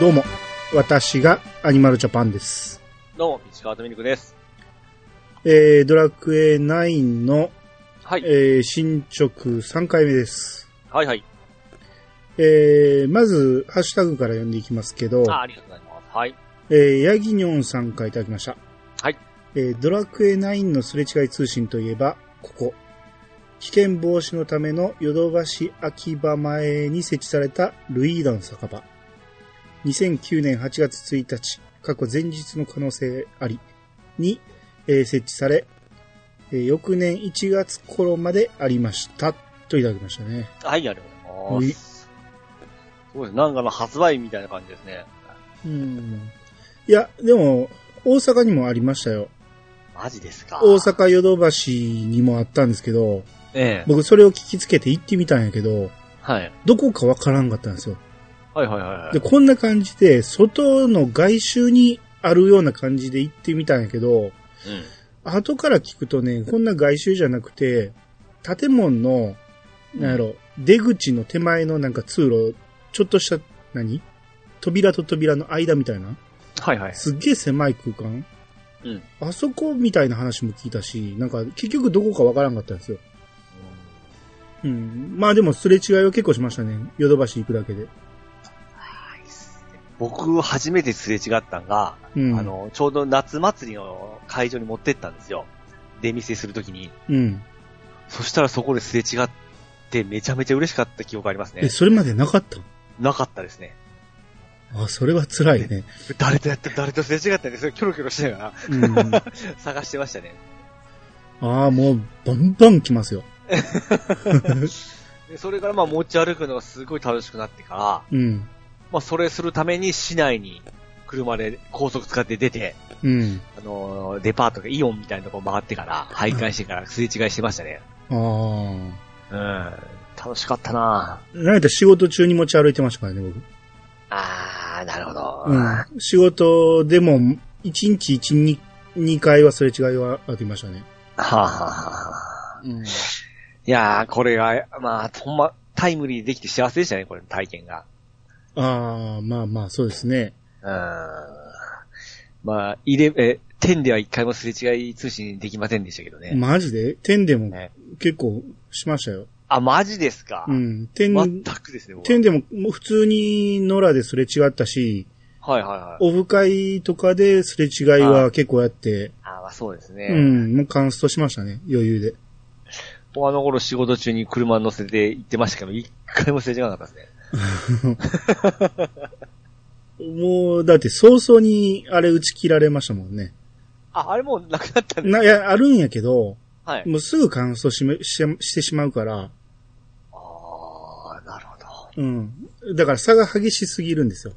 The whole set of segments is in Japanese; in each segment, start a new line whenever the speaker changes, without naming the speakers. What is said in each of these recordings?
どうも、私がアニマルジャパンです。
どうも、ピチカートミルクです。
えー、ドラクエ9の、
はい。
えー、進捗3回目です。
はいはい。
えー、まず、ハッシュタグから読んでいきますけど、
あ、ありがとうございます。はい。
えー、ヤギニョンさんからいただきました。
はい。
えー、ドラクエ9のすれ違い通信といえば、ここ。危険防止のためのヨドバシ秋葉前に設置されたルイーダの酒場。2009年8月1日、過去前日の可能性ありに、えー設置され、えー翌年1月頃までありました。といただきましたね。
はい、ありがとうございます。そうです。なんかの発売みたいな感じですね。
うん。いや、でも、大阪にもありましたよ。
マジですか
大。阪ヨドバシにもあったんですけど、
ええ。
僕それを聞きつけて行ってみたんやけど、
はい。
どこかわからんかったんですよ。
はいはいは
で、こんな感じで、外の外周にあるような感じで行ってみたんやけど、
い。うん。
後から聞くとね、こんな外周じゃなくて、建物の、なんやろ、出口の手前のなんか通路、ちょっとした、何扉と扉の間みたいな
はいはい。
すっげえ狭い空間
うん。
あそこみたいな話も聞いたし、なんか結局どこかわからんかったんですよ。うん。まあでもすれ違いは結構しましたね。ヨドバシ行くだけで。
僕、初めてすれ違ったんが、
うん。
あ、の、ちょうど夏祭りの会場に持ってったんですよ。出店するときに。
うん。
そしたらそこですれ違って、めちゃめちゃ嬉しかった記憶あります
え、
ね。
それまでなかった
なかったですね。
あ、それは辛いね。
誰とやって、誰とすれ違ったんですよ。キョロキョロしながら
うん。 あ
探してましたね。
あ、もう、バンバン来ますよ。
で、それからまあ持ち歩くのがすごい楽しくなってから、
うん。
まあそれするために市内に車で高速使って出て、
うん。
あのーデパートがイオンみたいなとこ回ってから、徘徊してからすれ違いしてましたね。
ああ。
うん。楽しかったなぁ
なんか仕事中に持ち歩いてましたからね、僕。
あー、なるほど。
うん。仕事でも、1日1、2、2回はすれ違いはありましたね。
はぁはぁはぁ
うん。
いやー、これが、まあ、ほんま、タイムリーでできて幸せでしたね、これの体験が。
ああ、まあまあ、そうですね。
うん。まあ、入れ、え、天では一回もすれ違い通信できませんでしたけどね。
マジで天でも
ね
結構しましたよ。
あ、マジですか
うん。天、
全くですね、僕は
点でも、もう普通に野良ですれ違ったし、
はいはいはい。
オフ会とかですれ違いは結構やって、
あまあそうですね。
うん、もうカンストしましたね、余裕で。
もうあの頃仕事中に車に乗せて行ってましたけど、一回もすれ違わなかったですね。
もう、だって早々にあれ打ち切られましたもんね。
あ、あれもうなくなったんです
な、いや、あるんやけど、
はい。
もうすぐカンストしめししてしまうから、
ああ、なるほど。
うん。だから差が激しすぎるんですよ。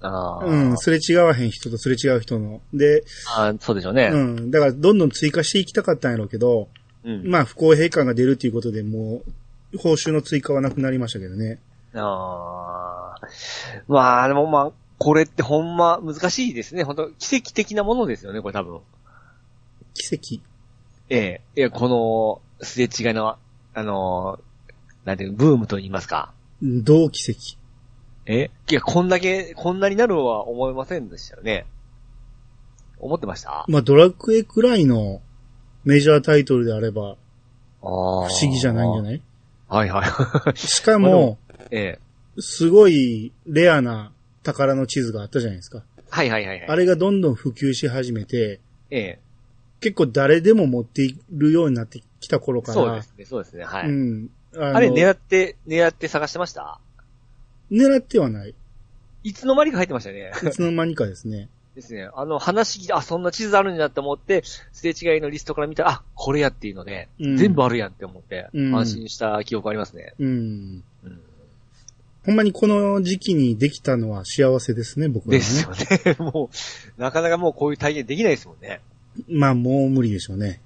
あー、
うん、すれ違わへん人とすれ違う人の。で、
あーそうでしょうね。
うん、だからどんどん追加していきたかったんやろうけど、
うん。
まあ不公平感が出るということで、もう、報酬の追加はなくなりましたけどね。
あーまあ、でもまあ、これってほんま難しいですね。本当奇跡的なものですよね、これ多分。
奇跡。
ええ。いや、この、すれ違いの、あのー、なんていうの、ブームと言いますか。
どう奇跡
えいや、こんだけ、こんなになるは思いませんでしたよね。思ってました
まあ、ドラクエくらいのメジャータイトルであれば不
不思
思議じゃないんじゃ
い
ない
はい はい。
しか
まあで
も
も、ええ。
すごいレアな宝の地図があったじゃないですか。
はいはいはいはい。
あれがどんどん普及し始めて、
ええ。
結構誰でも持っているようになってきた頃から。
そうですね、そうですね、はい。
うん。あ
あれ狙
狙
って、狙って探してました
狙ってはない。
いつの間にか入ってましたね。
いつの間にかですね。
ですね。あの、話聞いて、あ、そんな地図あるんだって思って、すれ違いのリストから見たら、あ、これやっていうので、
うん
全部あるやんって思って、
うん
安心した記憶ありますね。
うん。
うん
ほんまにこの時期にできたのは幸せですね、僕らはね。
ですよね。 もう、なかなかもうこういう体験できないですもんね。
まあもう無理でしょうね。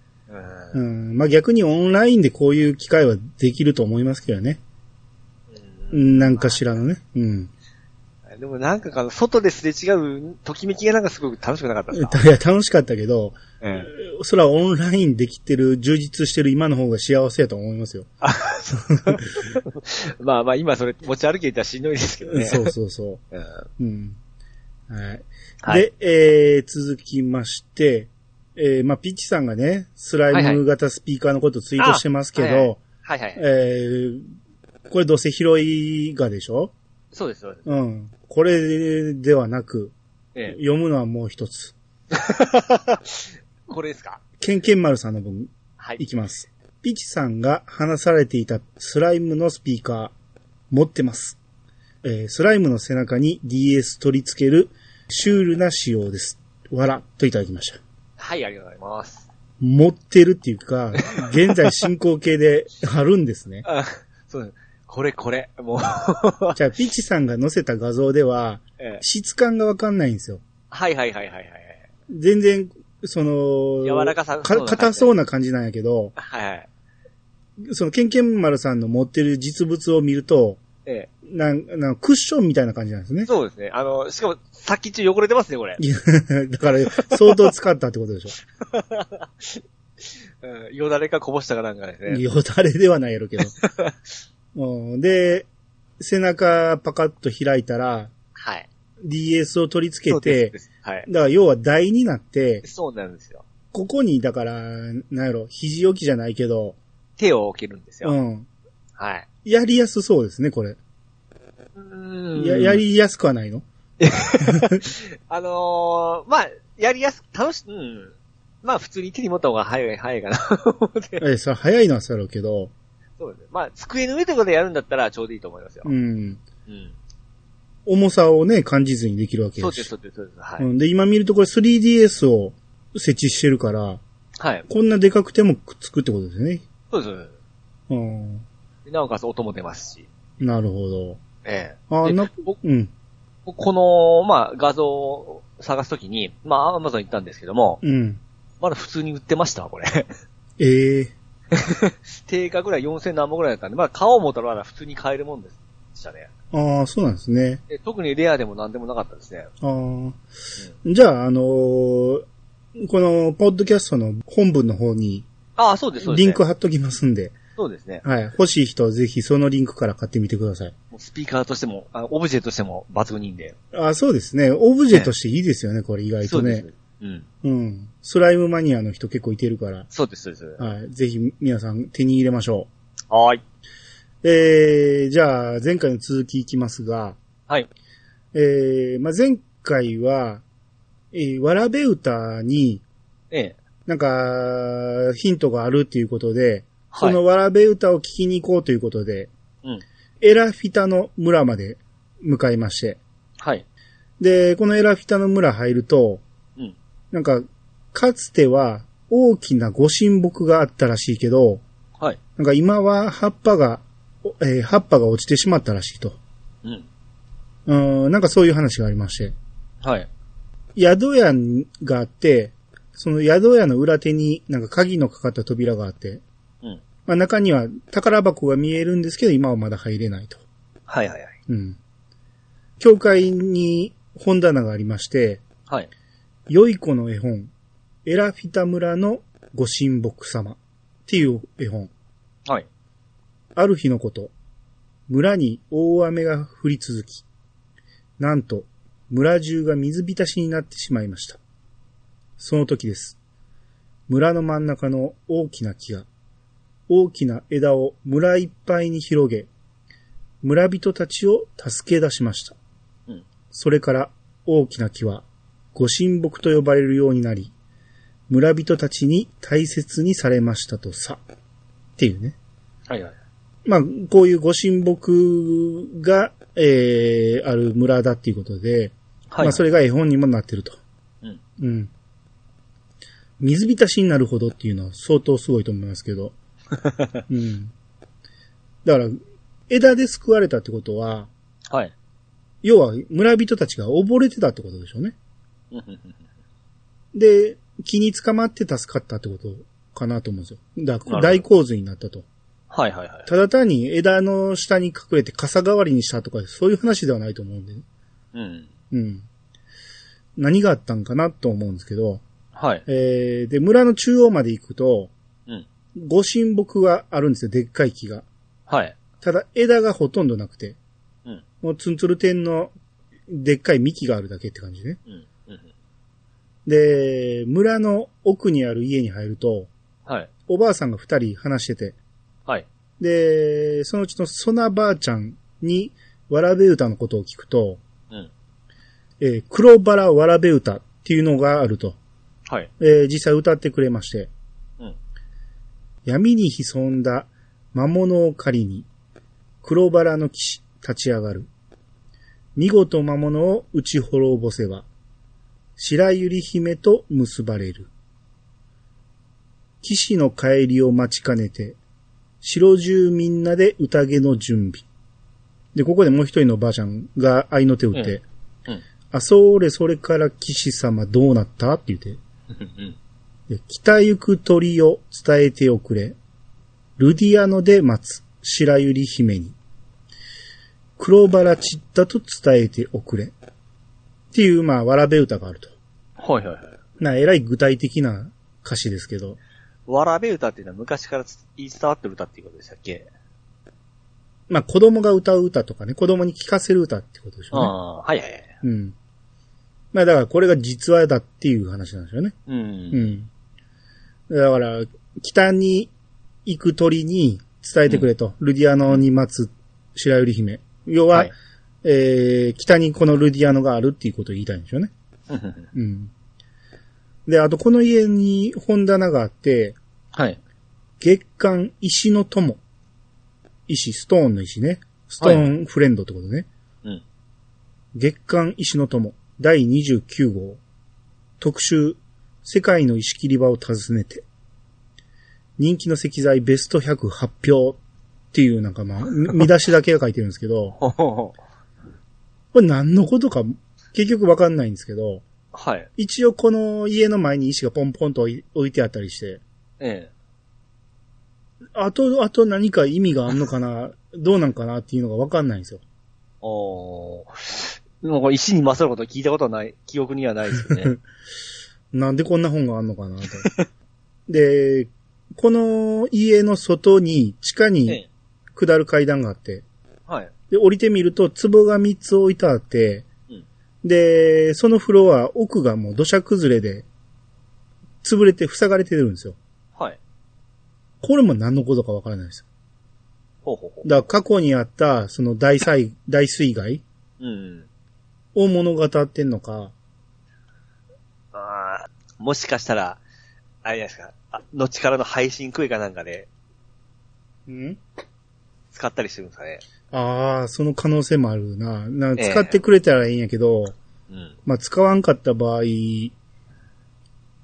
うん
うん、まあ逆にオンラインでこういう機会はできると思いますけどね。
うん
なんかしらのね。うん。
でもなんかか、外ですれ違う、ときめきがなんかすごく楽しくなかったですか、
いや、楽しかった けど、
ええ
それはオンラインできてる、充実してる今の方が幸せやと思いますよ。
まあまあ、今それ持ち歩けたらしんどいですけどね。
そうそうそ
うん。
う。うん。はい。
はい。
で、えー、続きまして、えー、まあ、ピッチさんがね、スライム型スピーカーのことツイートしてますけど、
はいはいはいはい。
えー、これどうせ拾いがでしょ
そうです、そうです。
うん。これではなく、
ええ、
読むのはもう一つ。
これですか
ケンケン丸さんの分、
はい。
いきます。ピチさんが話されていたスライムのスピーカー、持ってます。えースライムの背中に DS 取り付けるシュールな仕様です。わら、といただきました。
はい、ありがとうございます。
持ってるっていうか、現在進行形であるんです ね。
あそうです。これ、これ。もう、
じゃあ、ピチさんが載せた画像では、
ええ
質感がわかんないんですよ。
はいはいはいはいはい。
全然、その、
柔らかさそうな感じ
硬そうな感じなんやけど、
はいはい。
その、ケンケン丸さんの持ってる実物を見ると、
え
なん、なんクッションみたいな感じなんですね
え。。そうですね。あの、しかも、先っちょ汚れてますね、これ。
いや、だから、相当使ったってことでしょ。
うん、よだれかこぼしたかなんかです ね。
よだれではないや ろうけど、うん。で、背中パカッと開いたら、
はい。
DS を取り付
そ
け
うで
て
す。で、すはい。
だから要は台になって、
そうなんですよ。
ここに、だから、なんやろ、肘置きじゃないけど、
手を置けるんですよ。
うん。
はい。
やりやすそうですね、これ。
うーん
や、やりやすくはないの
あのー、まあ、やりやす、楽し、うん。まあ、普通に手に持った方が早い、早いかな。
え、それ早いのはそうやろうけど、
そうですね。まあ、机の上とかでやるんだったらちょうどいいと思いますよ。
うん。
うん。
重さをね、感じずにできるわけ
そ
や
うです、
し。
そうです、そうです。は
う
い。
ん。で、今見るとこれ 3DS を設置してるから、
はい。
こんなでかくてもくっつくってことですね。
そうですそうで
うん。
す。なおかつ音も出ますし。
なるほど。
ええ。
あ
で
な、
僕、
うん。
僕この、まあ、画像を探すときに、まあ、アマゾン行ったんですけども、
うん。
まだ普通に売ってましたわ、これ。
ええ
定価ぐらい4000何本ぐらいだったんで、まあ、買おう思ったらまだ普通に買えるもんでしたね。
ああ、そうなんですね。
で特にレアでも何でもなかったですね。
ああ。じゃあ、あのーこの、ポッドキャストの本文の方に、
ああ、そうです、そうで
リ
す、
ンク貼っときますんで、
そうですね。
はい。欲しい人はぜひそのリンクから買ってみてください。
もうスピーカーとしても、あのオブジェとしても抜群にいいんで。
ああ、そうですね。オブジェとしていいですよね、これ意外
そ
と
うで
ね
す。。うん。
うん。スライムマニアの人結構いてるから、
そうです、そうです。
はい。ぜひ皆さん手に入れましょ
はーい。
う。えー、じゃあ、前回の続きいきますが、
はい。
えー、まあ、前回は、えー、わらべ歌に、
ええ。
なんか、ヒントがあるっていうことで、
は
そ
い。
のわらべ歌を聞きに行こうということで、
うん。
エラフィタの村まで向かいまして、
はい。
で、このエラフィタの村入ると、
うん。
なんか、かつては大きなご神木があったらしいけど、
はい。
なんか今は葉っぱが、おえー葉っぱが落ちてしまったらしいと。
うん。
うん、なんかそういう話がありまして。
はい。
宿屋があって、その宿屋の裏手になんか鍵のかかった扉があって、
うん。
まあ中には宝箱が見えるんですけど、今はまだ入れないと。
はいはいはい。
うん。教会に本棚がありまして、
はい。
良い子の絵本、エラフィタ村のご神木様っていう絵本。
はい。
ある日のこと、村に大雨が降り続き、なんと村中が水浸しになってしまいました。その時です。村の真ん中の大きな木が、大きな枝を村いっぱいに広げ、村人たちを助け出しました。
うん
それから大きな木は、ご神木と呼ばれるようになり、村人たちに大切にされましたとさ。っていうね。
はいはい。
まあ、こういうご神木が、えー、ある村だっていうことで、
はい。
まあ、それが絵本にもなってると。
うん。
うん。水浸しになるほどっていうのは相当すごいと思いますけ ど。うん。だから、枝で救われたってことは、
はい。
要は村人たちが溺れてたってことでしょうね。
うんうんうん
で、気に捕まって助かったってことかなと思うんですよ。だから
なる
大
ほど
洪水になったと。
はいはいはい。
ただ単に枝の下に隠れて傘代わりにしたとか、そういう話ではないと思うんで、ね。
うん。
うん。何があったんかなと思うんですけど、
はい。
えー、で、村の中央まで行くと、
うん
ご神木があるんですよ、でっかい木が。
はい。
ただ枝がほとんどなくて、
うん
もうツンツル天のでっかい幹があるだけって感じね。
うん。うん。
で、村の奥にある家に入ると、
はい。
おばあさんが二人話してて、
はい。
で、そのうちのソナばあちゃんに、わらべ歌のことを聞くと、
うん。
えー黒バラわらべ歌っていうのがあると、
はい。
えー実際歌ってくれまして、
うん
闇に潜んだ魔物を狩りに、黒バラの騎士立ち上がる。見事魔物を打ち滅ぼせば、白百合姫と結ばれる。騎士の帰りを待ちかねて、城中みんなで宴の準備。で、ここでもう一人のばあちゃんが愛の手を打って、
うんうん
あ、それ、それから騎士様どうなったって言って、
うん。
で北行く鳥を伝えておくれ。ルディアノで待つ白百合姫に。黒バラ散ったと伝えておくれ。っていう、まあ、わらべ歌があると。
はいはいはい。
な、えらい具体的な歌詞ですけど。
わらべ歌っていうのは昔からつ言い伝わってる歌っていうことでしたっけ
まあ、子供が歌う歌とかね、子供に聞かせる歌ってことでし
あ
ょうね。
あ、はいはいはい。
うん。まあ、だからこれが実話だっていう話なんですよね。
う。
うんん。だから、北に行く鳥に伝えてくれと。ルディアノに待つ白百合姫。要は、
はい
えー、北にこのルディアノがあるっていうことを言いたいんでしょうね。
うん
うん。で、あとこの家に本棚があって、
はい。
月刊石の友。石、ストーンの石ね。ストーンフレンドってことね。
うん。
月刊石の友第29号特集世界の石切り場を訪ねて人気の石材ベスト100発表っていうなんかまあ、み 見出しだけが書いてるんですけど、
ほほほ。
これ何のことか結局わかんないんですけど、
はい。
一応この家の前に石がポンポンと置い置いてあったりして、
ええ。
あと、あと何か意味があんのかな、どうなんかなっていうのがわかんないんですよ。
おー。なんか石に勝ること聞いたことはない、記憶にはないです よね。
なんでこんな本があんの かなと。で、この家の外に地下
え
に
え。
下る階段があって、
はい。
で、降りてみると壺が3つ置いてあって、
うん
で、そのフロア奥がもう土砂崩れで、潰れて塞がれてるんですよ。
はい。
これも何のことかわからないです。
ほうほうほ
だから過去にあった、その大災、大水害
う。うん。
を物語ってんのか、
ああ、もしかしたら、あれじゃないですか、あ後からの配信クエかなんかで
うん
使ったりしてるんですかね。
ああ、その可能性もあるな。な
ええ
使ってくれたらいいんやけど、
うん。い
まあ、使わんかった場合、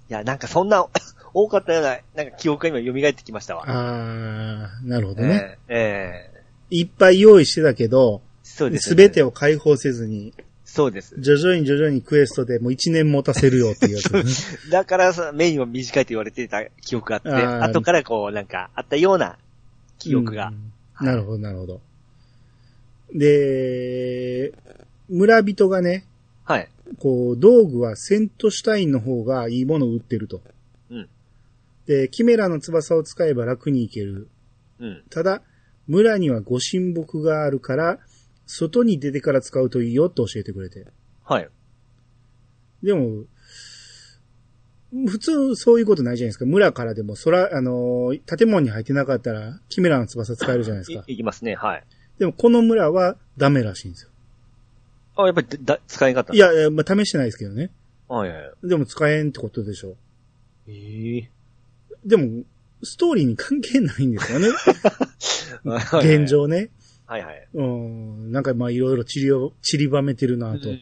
や、なんかそんな 多かったような、なんか記憶が今蘇ってきましたわ。
ああ、なるほどね、
ええええ
いっぱい用意してたけど、
そうです
す
よ
べ、
ね。
てを解放せずに、
そうです。
徐々に徐々にクエストでもう1年持たせるよっていうやつね。
だからさ、メインは短いと言われてた記憶があって、
あー
後からこう、なんか、あったような 記憶が。
うん。なるほど、なるほど。で、村人がね、
はい。
こう、道具はセントシュタインの方がいいものを売ってると。
うん。
で、キメラの翼を使えば楽に行ける。
うん。
ただ、村にはご神木があるから、外に出てから使うといいよと教えてくれて。
はい。
でも、普通そういうことないじゃないですか。村からでも空、あのー建物に入ってなかったら、キメラの翼使えるじゃないですか。
いいきますね、はい。
でもこの村はダメらしいんですよ。
あ、やっぱりだ、だ使い方。
い。や、いやまあ、試してないですけどね。
はいはいはい。
でも使えんってことでしょ
ええ
う。でも、ストーリーに関係ないん ですよね。現。状ね。
はいはい。
うん。なんかまあいろいろ散りを、散りばめてるなと。
う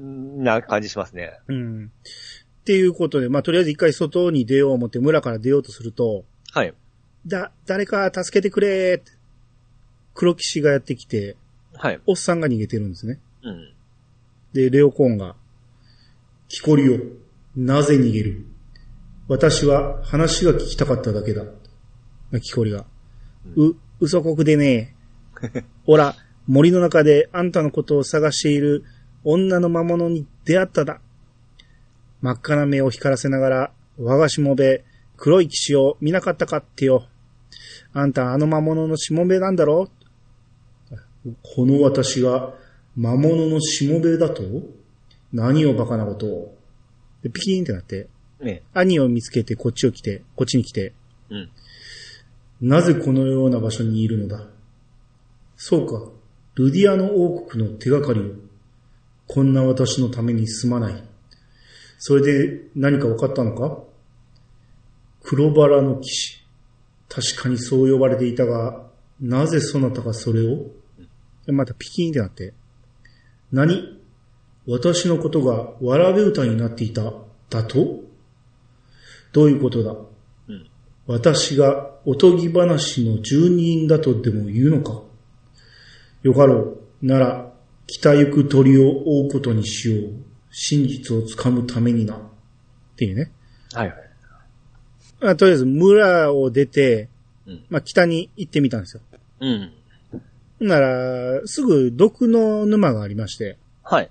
んな感じしますね。
うん。っていうことで、まあとりあえず一回外に出よう思って村から出ようとすると、
はい。
だ、誰か助けてくれーって黒騎士がやってきて、
はい。
おっさんが逃げてるんですね。
うん。
で、レオコーンが、木こりを、なぜ逃げる私は話が聞きたかっただけだ。木こりが。う、嘘こくでねえ。ほら、森の中であんたのことを探している女の魔物に出会っただ。真っ赤な目を光らせながら、我がしもべ、黒い騎士を見なかったかってよ。あんたあの魔物のしもべなんだろこの私が魔物のしもべだと何をバカなことを。で、ピキーンってなって、
ね。
兄を見つけてこっちを来て、こっちに来て、
うん。
なぜこのような場所にいるのだそうか、ルディアの王国の手がかりを。こんな私のためにすまない。それで何か分かったのか黒バラの騎士。確かにそう呼ばれていたが、なぜそなたがそれをでまたピキーンってなって。何私のことがわらべ歌になっていた、だとどういうことだ私がおとぎ話の住人だとでも言うのかよかろう。なら、北行く鳥を追うことにしよう。真実をつかむためにな。っていうね。
はいはい。
あとりあえず、村を出て、
うん
まあ、北に行ってみたんですよ。
うん。
なら、すぐ毒の沼がありまして、
はい。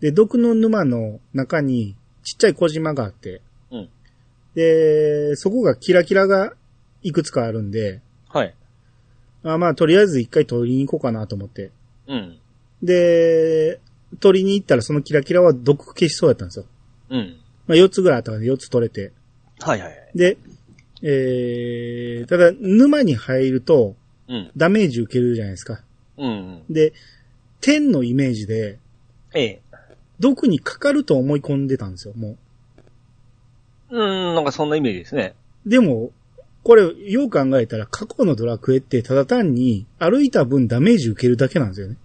で、毒の沼の中にちっちゃい小島があって、
うん
で、そこがキラキラがいくつかあるんで、
はい。
あまあ、とりあえず一回取りに行こうかなと思って。
うん。
で、取りに行ったらそのキラキラは毒消しそうやったんですよ。
うん。
まあ、4つぐらいあったから4つ取れて。
はいはい。
で、えー、ただ、沼に入ると
うん。
ダメージ受けるじゃないですか。
うん。
で、天のイメージで、
ええ。
毒にかかると思い込んでたんですよ、も
うん、なんかそんなイメージですね。
う。でも、これ、よう考えたら過去のドラクエってただ単に歩いた分ダメージ受けるだけなんですよね。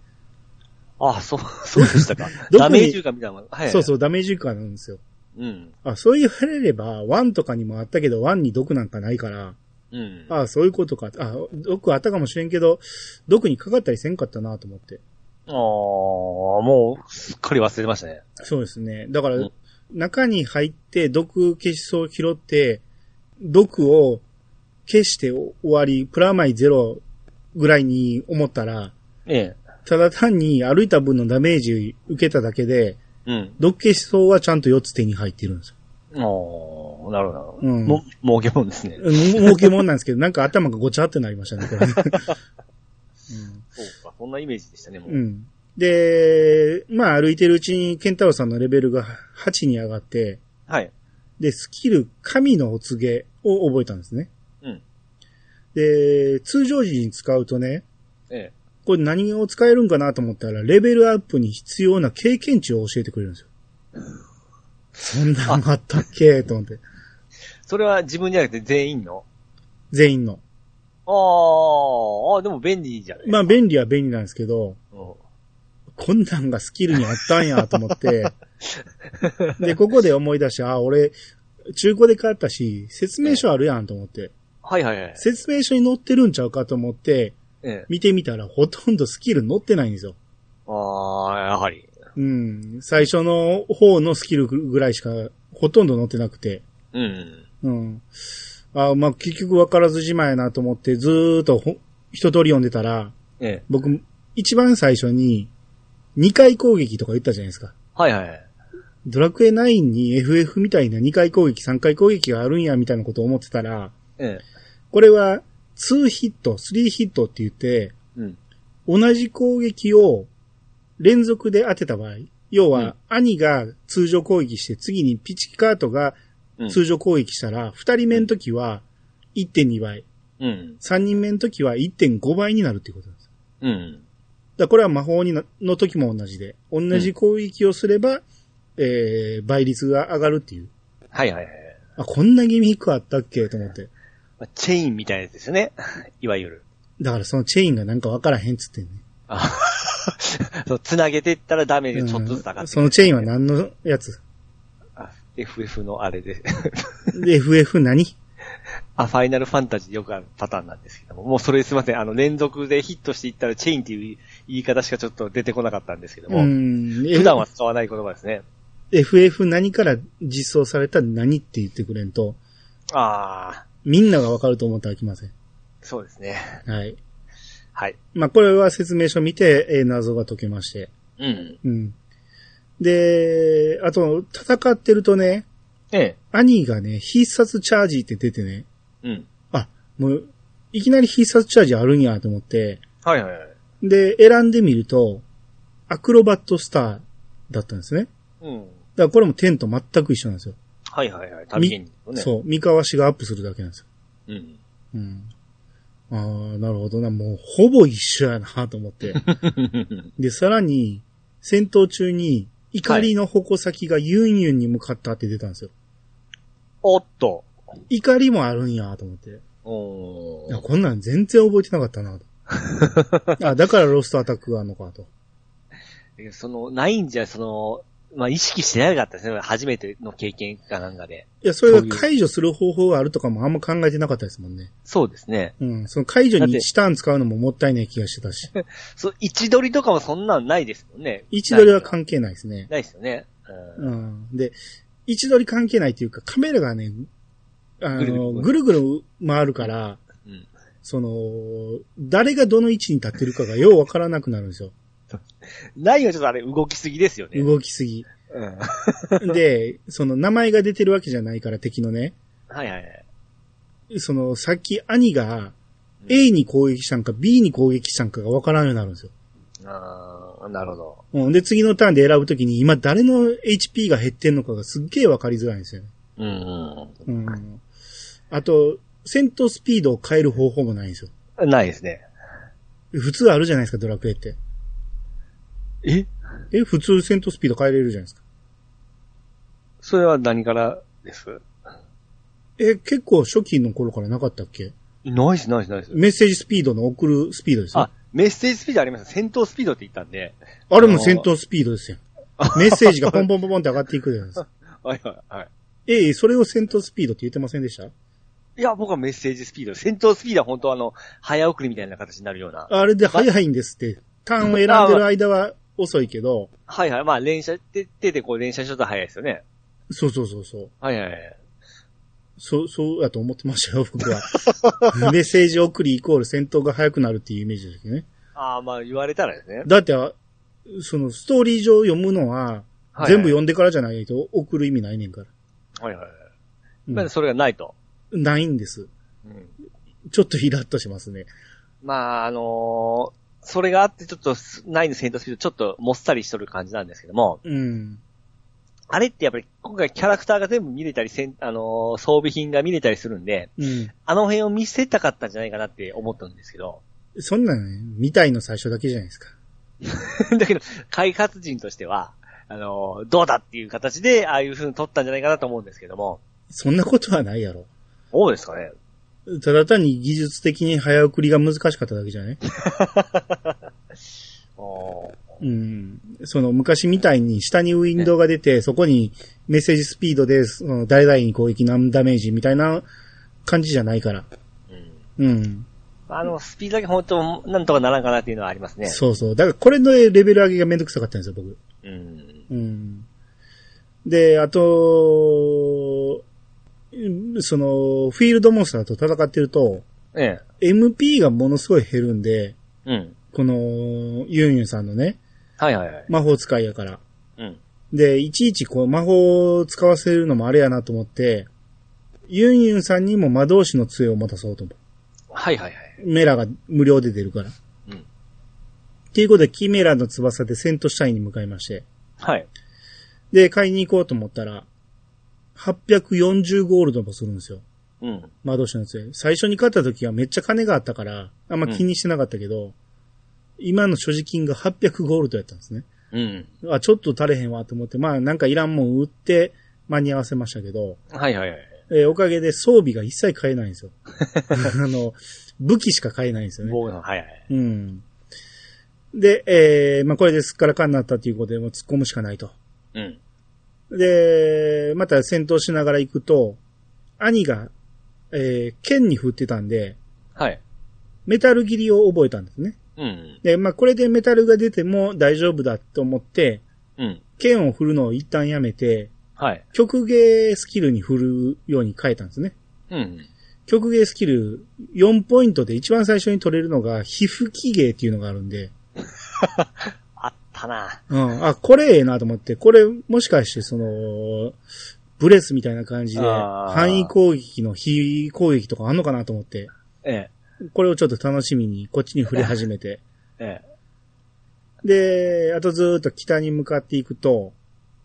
ああ、そう、 そうでしたか
。どこに
ダメージ受けみたいなもん。はい。
そうそう、ダメージ受けなんですよ。
う。うん。
あ、そう言われれば、ワンとかにもあったけど、ワンに毒なんかないから、
うん。
ああ、そういうことか。あ毒あったかもしれんけど、毒にかかったりせんかったなと思って。
ああ、もう、すっかり忘れてましたね。
そうですね。だから、
うん
中に入って毒消しそう拾って、毒を消して終わり、プラマイゼロぐらいに思ったら、
ええ。
ただ単に歩いた分のダメージ受けただけで、
うん。
毒消しそうはちゃんと4つ手に入ってるんですよ。
ああ、なるほどなるほど。
うん
も、儲けもんですね。
うん儲けもんなんですけど、なんか頭がごちゃってなりましたね、これ。う ん
そうか、そんなイメージでしたね、もう。
うん。で、まあ歩いてるうちに、ケンタロウさんのレベルが8に上がって、
はい。
で、スキル、神のお告げを覚えたんですね。
うん。
で、通常時に使うとね、
ええ。
これ何を使えるんかなと思ったら、レベルアップに必要な経験値を教えてくれる んですよ。そんなんあったっけと思って。
それは自分じゃなくて全員の
全員の。
ああ、あでも便利じゃない
まあ便利は便利なんですけど、
うん
こんなんがスキルにあったんやと思って。で、ここで思い出して、あ、俺、中古で買ったし、説明書あるやんと思って。
はいはいはい。
説明書に載ってるんちゃうかと思って、
ええ。
見てみたらほとんどスキル載ってないんですよ。
ああ、やはり。
うん。最初の方のスキルぐらいしかほとんど載ってなくて。
うん。
うん。あまあ、結局分からずじまいやなと思って、ずーっとほ一通り読んでたら、
ええ。
僕、一番最初に、二回攻撃とか言ったじゃないですか。
はいはいはい。
ドラクエ9に FF みたいな2回攻撃、3回攻撃があるんや、みたいなことを思ってたら、
ええ。
これは2ヒット、3ヒットって言って、
うん。
同じ攻撃を連続で当てた場合、要
う
は
ん
兄が通常攻撃して、次にピチカートが
うん。
通常攻撃したら、2人目の時は1.2倍、
うん。
3人目の時は1.5倍になるっていうことなんです。
うん。
だからこれは魔法になの時も同じで、同じ攻撃をすれば、えー、倍率が上がるっていう。
はいはいはい。
あ、こんなギミックあったっけと思って。
まあチェインみたいなやつですね。 いわゆる。
だからそのチェインがなんかわからへんっつってんね。
あそう、つなげていったらダメージがちょっとずつ上がって、
うんそのチェインは何のやつ
あ FF のあれで。
で、FF 何
あ、ファイナルファンタジーでよくあるパターンなんですけども。もうそれすいません。あの、連続でヒットしていったらチェインっていう言い方しかちょっと出てこなかったんですけども。
うん。
普段は使わない言葉ですね。
FF 何から実装された何って言ってくれんと、
ああ、
みんながわかると思ったら飽きません。
そうですね。
はい。
はい。
まあ、これは説明書見て、えー謎が解けまして。
うん。
うん。で、あと、戦ってるとね、
え
兄がね、必殺チャージって出てね、
え。うん。
あ、もう、いきなり必殺チャージあるんやと思って、
はいはいはい。
で、選んでみると、アクロバットスターだったんですね。
うん。
だからこれも10と全く一緒なんですよ。
はいはいはい。旅芸人のね。
そう、三河しがアップするだけなんですよ。
う。うん。
うん。ああ、なるほどな。もう、ほぼ一緒やなと思って。で、さらに、戦闘中に、怒りの矛先がユンユンに向かったって出たんですよ。
おっと。
怒りもあるんやと思って。
お
いや
ー
こんなん全然覚えてなかったなと。あ、だからロストアタックがあるのかと。
えその、ないんじゃ、その、まあ、意識してなかったですね。初めての経験かなんかで。
いや、それが解除する方法があるとかもあんま考えてなかったですもんね。
そうですね。
うん。その解除
だって
にチタン使うのももったいない気がしてたし。
そう、位置取りとかもそんなんないですもんね。
位置取りは関係ないですね。
ないですよね。うん
うん。で、位置取り関係ないっていうか、カメラがね、あ
ぐるぐ
の、
る
ぐるぐる回るから、
うん
その、誰がどの位置に立ってるかがようわからなくなるんですよ。
ないはちょっとあれ動きすぎですよね。
動きす ぎ。
うん。はい
で、その名前が出てるわけじゃないから敵のね、
はいはい。
その、さっき兄が
うん
A に攻撃したんか B に攻撃したんかがわからんようになるんですよ。
あーなるほど。
うん。で、次のターンで選ぶときに今誰の HP が減ってんのかがすっげえわかりづらいんですよね。
うんうん
うん。あと、戦闘スピードを変える方法もないんですよ。
うん。ないですね。
普通あるじゃないですか、ドラクエって。
え
え、普通戦闘スピード変えれるじゃないですか。
それは何からです
え、結構初期の頃からなかったっけ
ないです、ないです、ないです。
メッセージスピードの送るスピードですよ。
あ
あ、
メッセージスピードあります。戦闘スピードって言ったんで。
れも戦闘スピードですよ。メッセージがポンポンポンポンって上がっていくじゃないですか。
はいはいはい。
ええ、それを戦闘スピードって言ってませんでした
いや、僕はメッセージスピード。戦闘スピードは本当あの、早送りみたいな形になるような。
あれで早いんですって。ターンを選んでる間は遅いけど、
はいはい。まあ、連射って、手でこう連射しとったら早いですよね。
そうそうそうそう。
はいはいはい。
そう、そうやと思ってましたよ、僕は。 メッセージ送りイコール戦闘が早くなるっていうイメージですよね。
ああ、まあ、言われたらですね。
だって、あそのストーリー上読むのは、
はい
全部読んでからじゃないと送る意味ないねんから。
はいはいはい。
うん
まあ、それがないと。
ないんです。
うん。
ちょっとイラッとしますね。
まあ、あのーそれがあって、ちょっと、ないの戦闘スピード、ちょっと、もっさりしとる感じなんですけども、
うん。
あれってやっぱり、今回キャラクターが全部見れたり、せんあのー装備品が見れたりするんで、
うん。
あの辺を見せたかったんじゃないかなって思ったんですけど、
そんなね、見たいの最初だけじゃないですか。
だけど、開発人としては、あのーどうだっていう形で、ああいう風に撮ったんじゃないかなと思うんですけども、
そんなことはないやろ。
どうですかね
ただ単に技術的に早送りが難しかっただけじゃない
おー
うん。その昔みたいに下にウィンドウが出て、そこにメッセージスピードで、その大々に攻撃何ダメージみたいな感じじゃないから。
うん。
うん。
あの、スピードだけ本当、なんとかならんかなっていうのはありますね。
そうそう。だからこれのレベル上げがめんどくさかったんですよ、僕。
うん。
うん。で、あと、うんその、フィールドモンスターと戦ってると、
ええ。
MP がものすごい減るんで、
うん。
この、ユンユンさんのね、
はいはいはい。
魔法使いやから。
うん。
で、いちいちこう魔法を使わせるのもあれやなと思って、ユンユンさんにも魔導士の杖を持たそうと思
はいはいはい。
う。メラが無料で出るから。
うん
っていうことで、キメラの翼で戦闘シャインに向かいまして。
はい。
で、買いに行こうと思ったら、840ゴールドもするんですよ。
うん。
魔導士の杖。最初に買った時はめっちゃ金があったから、あんま気にしてなかったけど、今の所持金が800ゴールドやったんですね。
うん。
あ、ちょっと足れへんわと思って、まあなんかいらんもん売って間に合わせましたけど、
はいはいはい。
えーおかげで装備が一切買えないんですよ。あの、武器しか買えないんですよね。
防具の、はいはい。
うん。で、えーまあこれですっからかになったということで、もう突っ込むしかないと。
うん。
で、また戦闘しながら行くと、兄が、えー剣に振ってたんで、
はい。
メタル切りを覚えたんですね。
うん。
で、まあこれでメタルが出ても大丈夫だと思って、
うん。
剣を振るのを一旦やめて、
はい。
曲芸スキルに振るように変えたんですね。
うん。
曲芸スキル4ポイントで一番最初に取れるのが、皮膚器芸っていうのがあるんで、
あったったな。
うん。あ、これええなと思って、これもしかしてその、ブレスみたいな感じで、
あー
範囲攻撃の非攻撃とかあんのかなと思って、
え
これをちょっと楽しみにこっちに触れ始めて。
え、え
で、あとずーっと北に向かっていくと、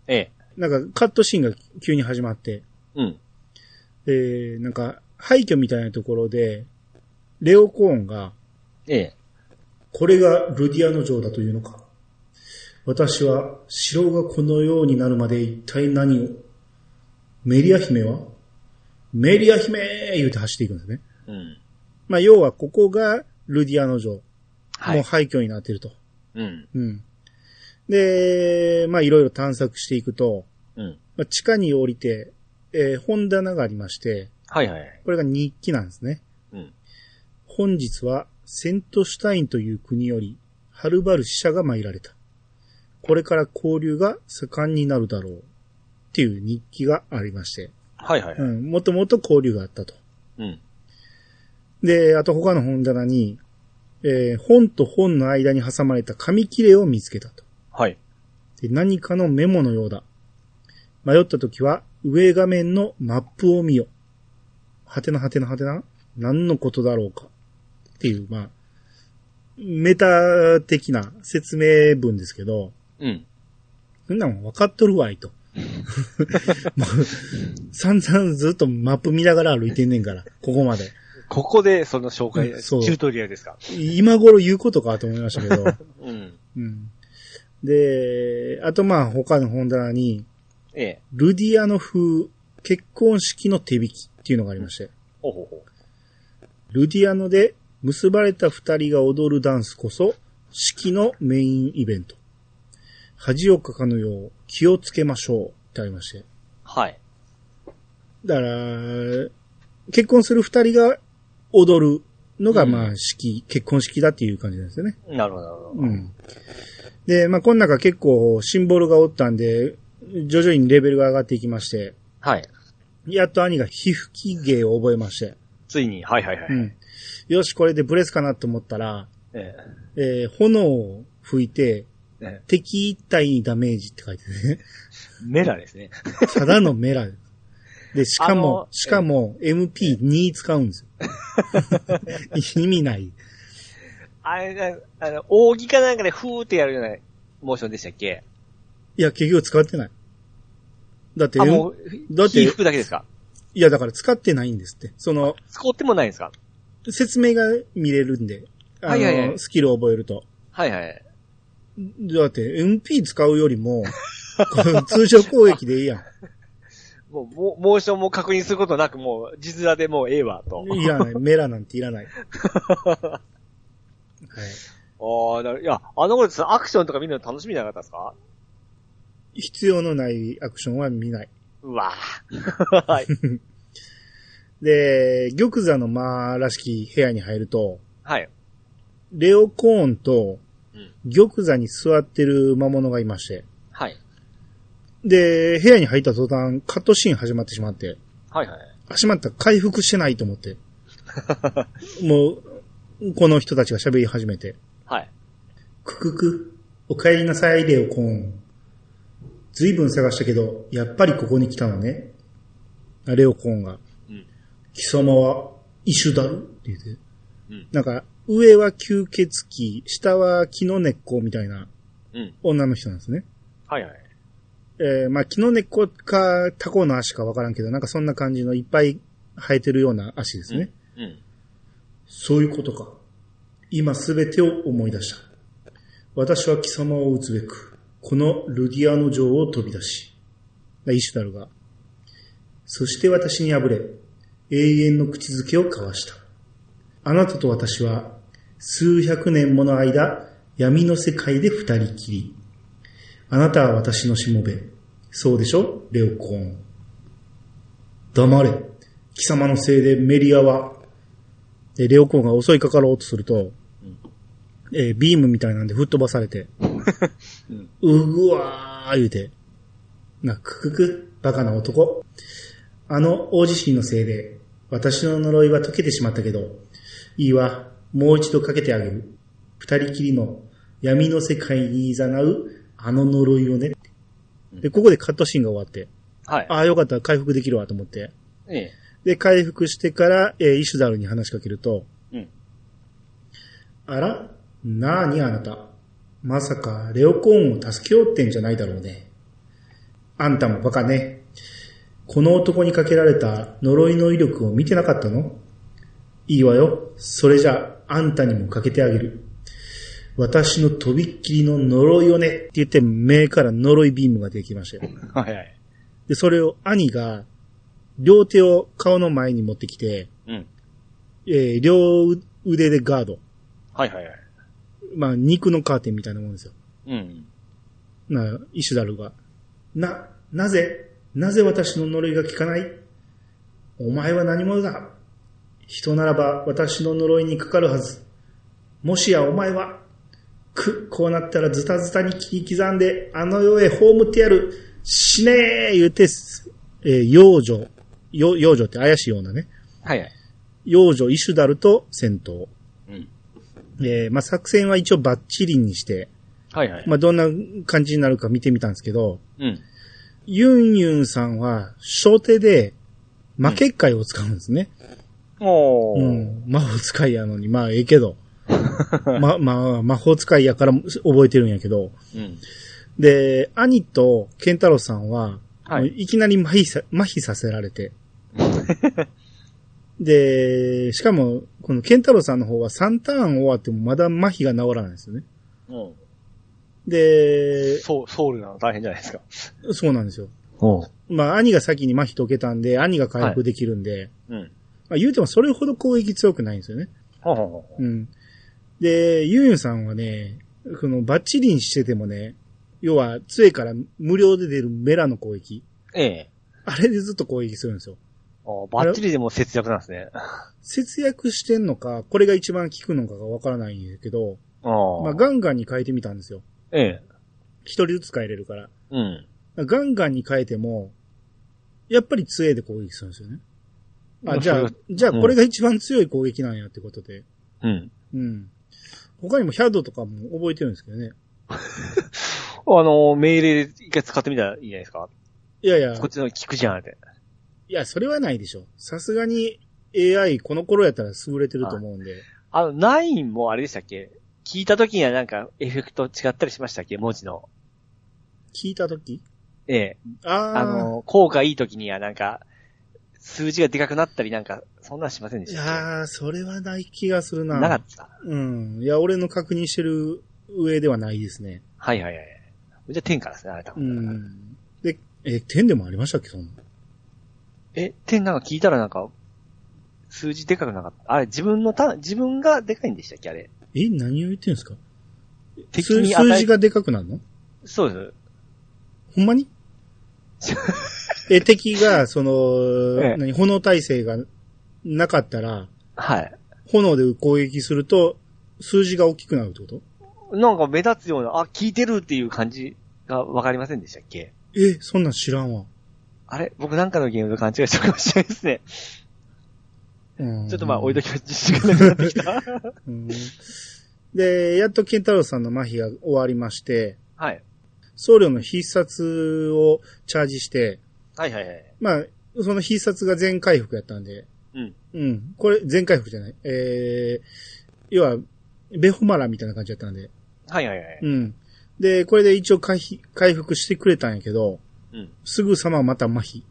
え、ええ、
なんかカットシーンが急に始まって、
うん。
で、なんか廃墟みたいなところで、レオコーンが、
ええ、
これがルディアノ城だというのか。私は城がこのようになるまで一体何を。メリア姫はメリア姫言うて走っていくんですね。
うん。
まあ要はここがルディアノ城
は
の
い。
廃墟になってると。
うん。
うん。で、まあいろいろ探索していくと、
うん。
まあ、地下に降りて、えー本棚がありまして、
はいはいはい。
これが日記なんですね。
うん。
本日はセントシュタインという国より、はるばる死者が参られた。これから交流が盛んになるだろう。っていう日記がありまして。
はいはいうはい。
ん、もともと交流があったと。
うん。
で、あと他の本棚に、えー本と本の間に挟まれた紙切れを見つけたと。
はい。
で何かのメモのようだ。迷った時は、上画面のマップを見よ。はてなはてなはてな何のことだろうか。っていう、まあ、メタ的な説明文ですけど、
うん。
そんなもん分かっとるわいと。 もう、散々ずっとマップ見ながら歩いてんねんから、ここまで。
ここでその紹介、
うん
チ
そう
ュートリアルですか。
今頃言うことかと思いましたけど。
うん。
うん、で、あとまあ他の本棚に、
ええ。
ルディアの風結婚式の手引きっていうのがありまして、
ほうほうほ
ルディアノで結ばれた二人が踊るダンスこそ式のメインイベント。恥をかかぬよう気をつけましょうってありまして。
う。はい。
だから、結婚する二人が踊るのが
うん
まあ式、結婚式だっていう感じなんですよね。
なるほど、なるほど。
うん。で、まあこの中結構シンボルがおったんで、徐々にレベルが上がっていきまして、
はい。
やっと兄が皮膚き芸を覚えまして。
ついに、はいはいはい。
うん。よし、これでブレスかなと思ったら、
え
えー炎を吹いて、
えええ。
敵一体にダメージって書いて ね。
メラですね。
ただのメラ。で、しか
あの
も、しかも MP2 使うんですよ。意味ない。
あれが、あの、扇かなんかでふーってやるようなモーションでしたっけ
いや、結局使ってない。だって、
あ、も、
いうだって
火吹くだけですか
や、だから使ってないんですって。その、
使ってもないんですか
説明が見れるんで、あの、
はいはいはい
スキルを覚えると。
はいはい。
だって、MP 使うよりも、この通常攻撃でいいやん。
もう、モモーションも確認することなく、もう、実面でもうええわ、と。
いらない。メラなんていらない。はい。
ああ、だからいや、あの頃ですアクションとか見るの楽しみじゃなかったですか
必要のないアクションは見ない。
うわぁ。 はい。
で、玉座の間らしき部屋に入ると、
はい。
レオコーンと
うん
玉座に座ってる魔物がいまして、
はい。
で、部屋に入った途端、カットシーン始まってしまって、
はいはい。
あ、しまった、回復してないと思 って。もう、この人たちが喋り始めて、
はい。
くくく、お帰りなさい、レオコーン。ずいぶん探したけど、やっぱりここに来たのね。あレオコーンが、
うん
貴様は異種だろって言って。
うん
なんか、上は吸血鬼、下は木の根っこみたいな
うん。
女の人なんですね。
はいはい。
えー、まあ、木の根っこかタコの足かわからんけど、なんかそんな感じのいっぱい生えてるような足ですね。
うん。
そういうことか。今すべてを思い出した。私は貴様を撃つべく、このルディアの城を飛び出し。イシュタルが。そして私に敗れ、永遠の口づけを交わした。あなたと私は、数百年もの間、闇の世界で二人きり。あなたは私のしもべ。そうでしょレオコーン。黙れ。貴様のせいでメリアはで、レオコンが襲いかかろうとすると、
うん
えービームみたいなんで吹っ飛ばされて、うんぐわー言うて、な、くくく、バカな男。あの大地震のせいで、私の呪いは解けてしまったけど、いいわ、もう一度かけてあげる。二人きりの闇の世界に誘う、あの呪いをね。
うん
で、ここでカットシーンが終わって、
はい。
ああ、よかった、回復できるわと思って。
ええ。
で、回復してから、えーイシュダルに話しかけると、
うん。
あらなあにあなた。まさか、レオコーンを助けようってんじゃないだろうね。あんたもバカね。この男にかけられた呪いの威力を見てなかったのいいわよ。それじゃあ、あんたにもかけてあげる。私のとびっきりの呪いをねって言って目から呪いビームが出てきましたよ。
はいはい。
で、それを兄が両手を顔の前に持ってきて、
うん。
えー両腕でガード。
はいはいはい。
まあ、肉のカーテンみたいなもんですよ。
うん。
な、イシュダルが。な、なぜ、なぜ私の呪いが効かないお前は何者だ人ならば私の呪いにかかるはず。もしやお前は、く、こうなったらズタズタに切り刻んで、あの世へ葬ってやる。死ねえ言うて、すえー幼女、よ幼女って怪しいようなね。
はいはい。
幼女イシュダルと戦闘。
うん。
えーまあ、作戦は一応バッチリにして、
はいはい。
まあ、どんな感じになるか見てみたんですけど、
うん。
ユンユンさんは、初手で、魔結界を使うんですね。う
おー。
ん。魔法使いやのに、まあ、ええけど。ま、まあ、魔法使いやから覚えてるんやけど。
うん。
で、兄とケンタロウさんは、、
はいい。
きなり麻痺さ、麻痺させられて。で、しかも、このケンタロウさんの方は3ターン終わってもまだ麻痺が治らないんですよね。
うん。
で、
ソソウルなの大変じゃないですか。
そうなんですよ。
おう。
まあ、兄が先に麻痺解けたんで、兄が回復できるんで、
うん。
まあ、言うてもそれほど攻撃強くないんですよね。
ほうほうほ
うん。で、ユンユンさんはね、このバッチリにしててもね、要は杖から無料で出るメラの攻撃。
う。ええ。
あれでずっと攻撃するんですよ。
おーバッチリでも節約なんですね。
節約してんのか、これが一番効くのかがわからないんだけど、
おー
まあ、ガンガンに変えてみたんですよ。
ええ。
一人ずつ変えれるから。
うん。
ガンガンに変えても、やっぱり杖で攻撃するんですよね。あ、じゃあ
そ、
じゃあこれが一番強い攻撃なんやってことで。
うん。
うん。他にもヒャドとかも覚えてるんですけどね。
あのー、命令一回使ってみたらいいじゃないですか。
いやいや。
こっちの聞くじゃんって。
いや、それはないでしょ。さすがに AI この頃やったら優れてると思うんで。
あの、ナインもあれでしたっけ聞いた時にはなんかエフェクト違ったりしましたっけ文字の。
聞いたとき
ええ。
ああ
あの、効果いい時にはなんか、数字がでかくなったりなんか、そんなんしませんで
い
したっ
やー、それはない気がする
け
な。
なかった。
うん。いや、俺の確認してる上ではないですね。
はいはいはい。じゃあ天からですね、あれ多
う
分。
ん。で、え、点でもありましたっけ、そんな。
え、天なんか聞いたらなんか、数字でかくなかった。あれ、自分のた、自分がでかいんでしたっけあれ。
え、何を言ってんすか
敵
数
に与え
数字がでかくなるの
そうです。
ほんま にえ、敵が、その、
ええ
何、炎耐性がなかったら、
はい。
炎で攻撃すると、数字が大きくなるってこと
なんか目立つような、あ、聞いてるっていう感じがわかりませんでしたっけ
え、そんなん知らんわ。
あれ僕なんかのゲームと勘違いしたかもしれないですね。
うん
ちょっとまあ置いときましょう。自信がなくなってき た。
うんで、やっと健太郎さんの麻痺が終わりまして、
はい。
僧侶の必殺をチャージして、
はいはいはい。
まあ、その必殺が全回復やったんで、
うん。
うん、これ全回復じゃない。えー、要は、ベホマラみたいな感じやったんで、
はいはいはい。
うん。で、これで一応回避回復してくれたんやけど、
うん。
すぐさままた麻痺。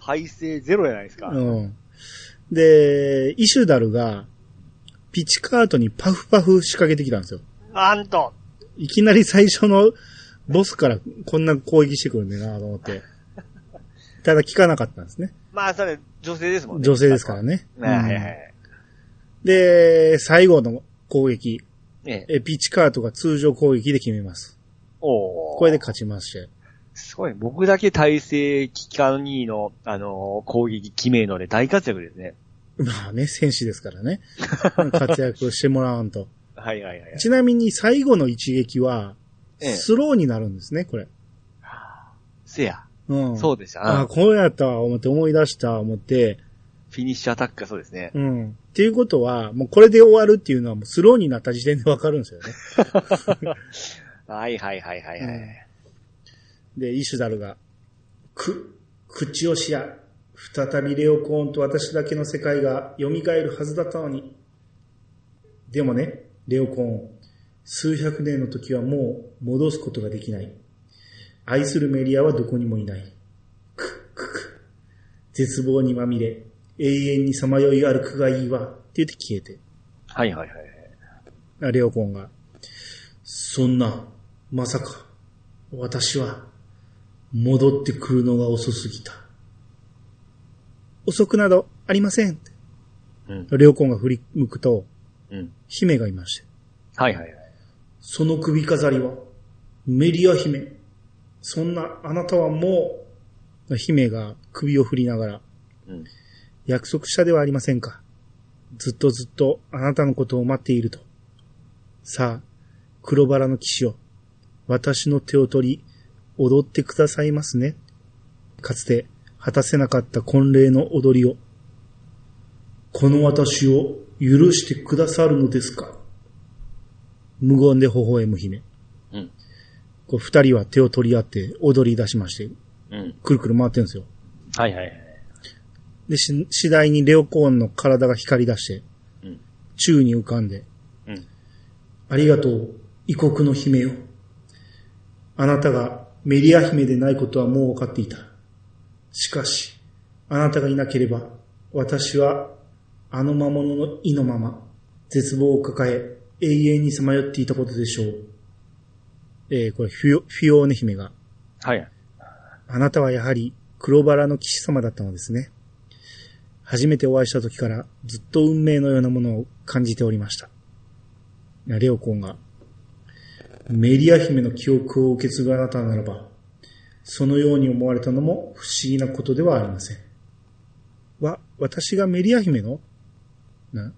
配性ゼロじゃないですか。
うん。で、イシュダルが、ピチカートにパフパフ仕掛けてきたんですよ。
なんと
いきなり最初のボスからこんな攻撃してくるんだよなと思って。ただ聞かなかったんですね。
まあそれ、女性ですもんね。
女性ですからね。
はいはいは
うん
い。
で、最後の攻撃。
ええ。
え、ピチカートが通常攻撃で決めます。
おー
これで勝ちまして。
すごい。僕だけ体制機関2の、あのー攻撃決めので大活躍ですね。
まあね、戦士ですからね。活躍してもらわん と。
はいはいはい。
ちなみに最後の一撃は、
ええ。
スローになるんですね、これ。
せや。
うん。
そうでした。
あ
あ
あ、こうやったわ、思って思い出した、思って、
フィニッシュアタックがそうですね。
うん。っていうことは、もうこれで終わるっていうのはもうスローになった時点でわかるんですよね。
はいはいはいはいはい。
で、イシュダルが、く、口をしや、再びレオコーンと私だけの世界が蘇るはずだったのに。でもね、レオコーン、数百年の時はもう戻すことができない。愛するメリアはどこにもいない。く、く、く。絶望にまみれ、永遠にさまよい歩くがいいわ。って言って消えて。
はいはいはい。
あレオコンが。そんな、まさか、私は、戻ってくるのが遅すぎた。遅くなどありません。
うん。
レオコンが振り向くと、
うん。
姫がいまして。
はいはいはい。
その首飾りは、メリア姫。そんなあなたはもう、姫が首を振りながら、
うん。
約束したではありませんか。ずっとずっとあなたのことを待っていると。さあ、黒バラの騎士よ。私の手を取り、踊ってくださいますね。かつて果たせなかった婚礼の踊りを。この私を許してくださるのですか。無言で微笑む姫。
うん。
こう二人は手を取り合って踊り出しまして、
うん。
くるくる回ってるんですよ。
はいはいはい。
で、し次第にレオコーンの体が光り出して、
うん。
宙に浮かんで、
うん。
ありがとう、異国の姫よ。あなたがメリア姫でないことはもう分かっていた。しかし、あなたがいなければ、私は、あの魔物の意のまま、絶望を抱え、永遠にさまよっていたことでしょう。えーこれ、フィオ、フィオーネ姫が、
はい。
あなたはやはり黒バラの騎士様だったのですね。初めてお会いした時からずっと運命のようなものを感じておりました。レオコンが、メリア姫の記憶を受け継ぐあなたならば、そのように思われたのも不思議なことではありません。わ、私がメリア姫のな、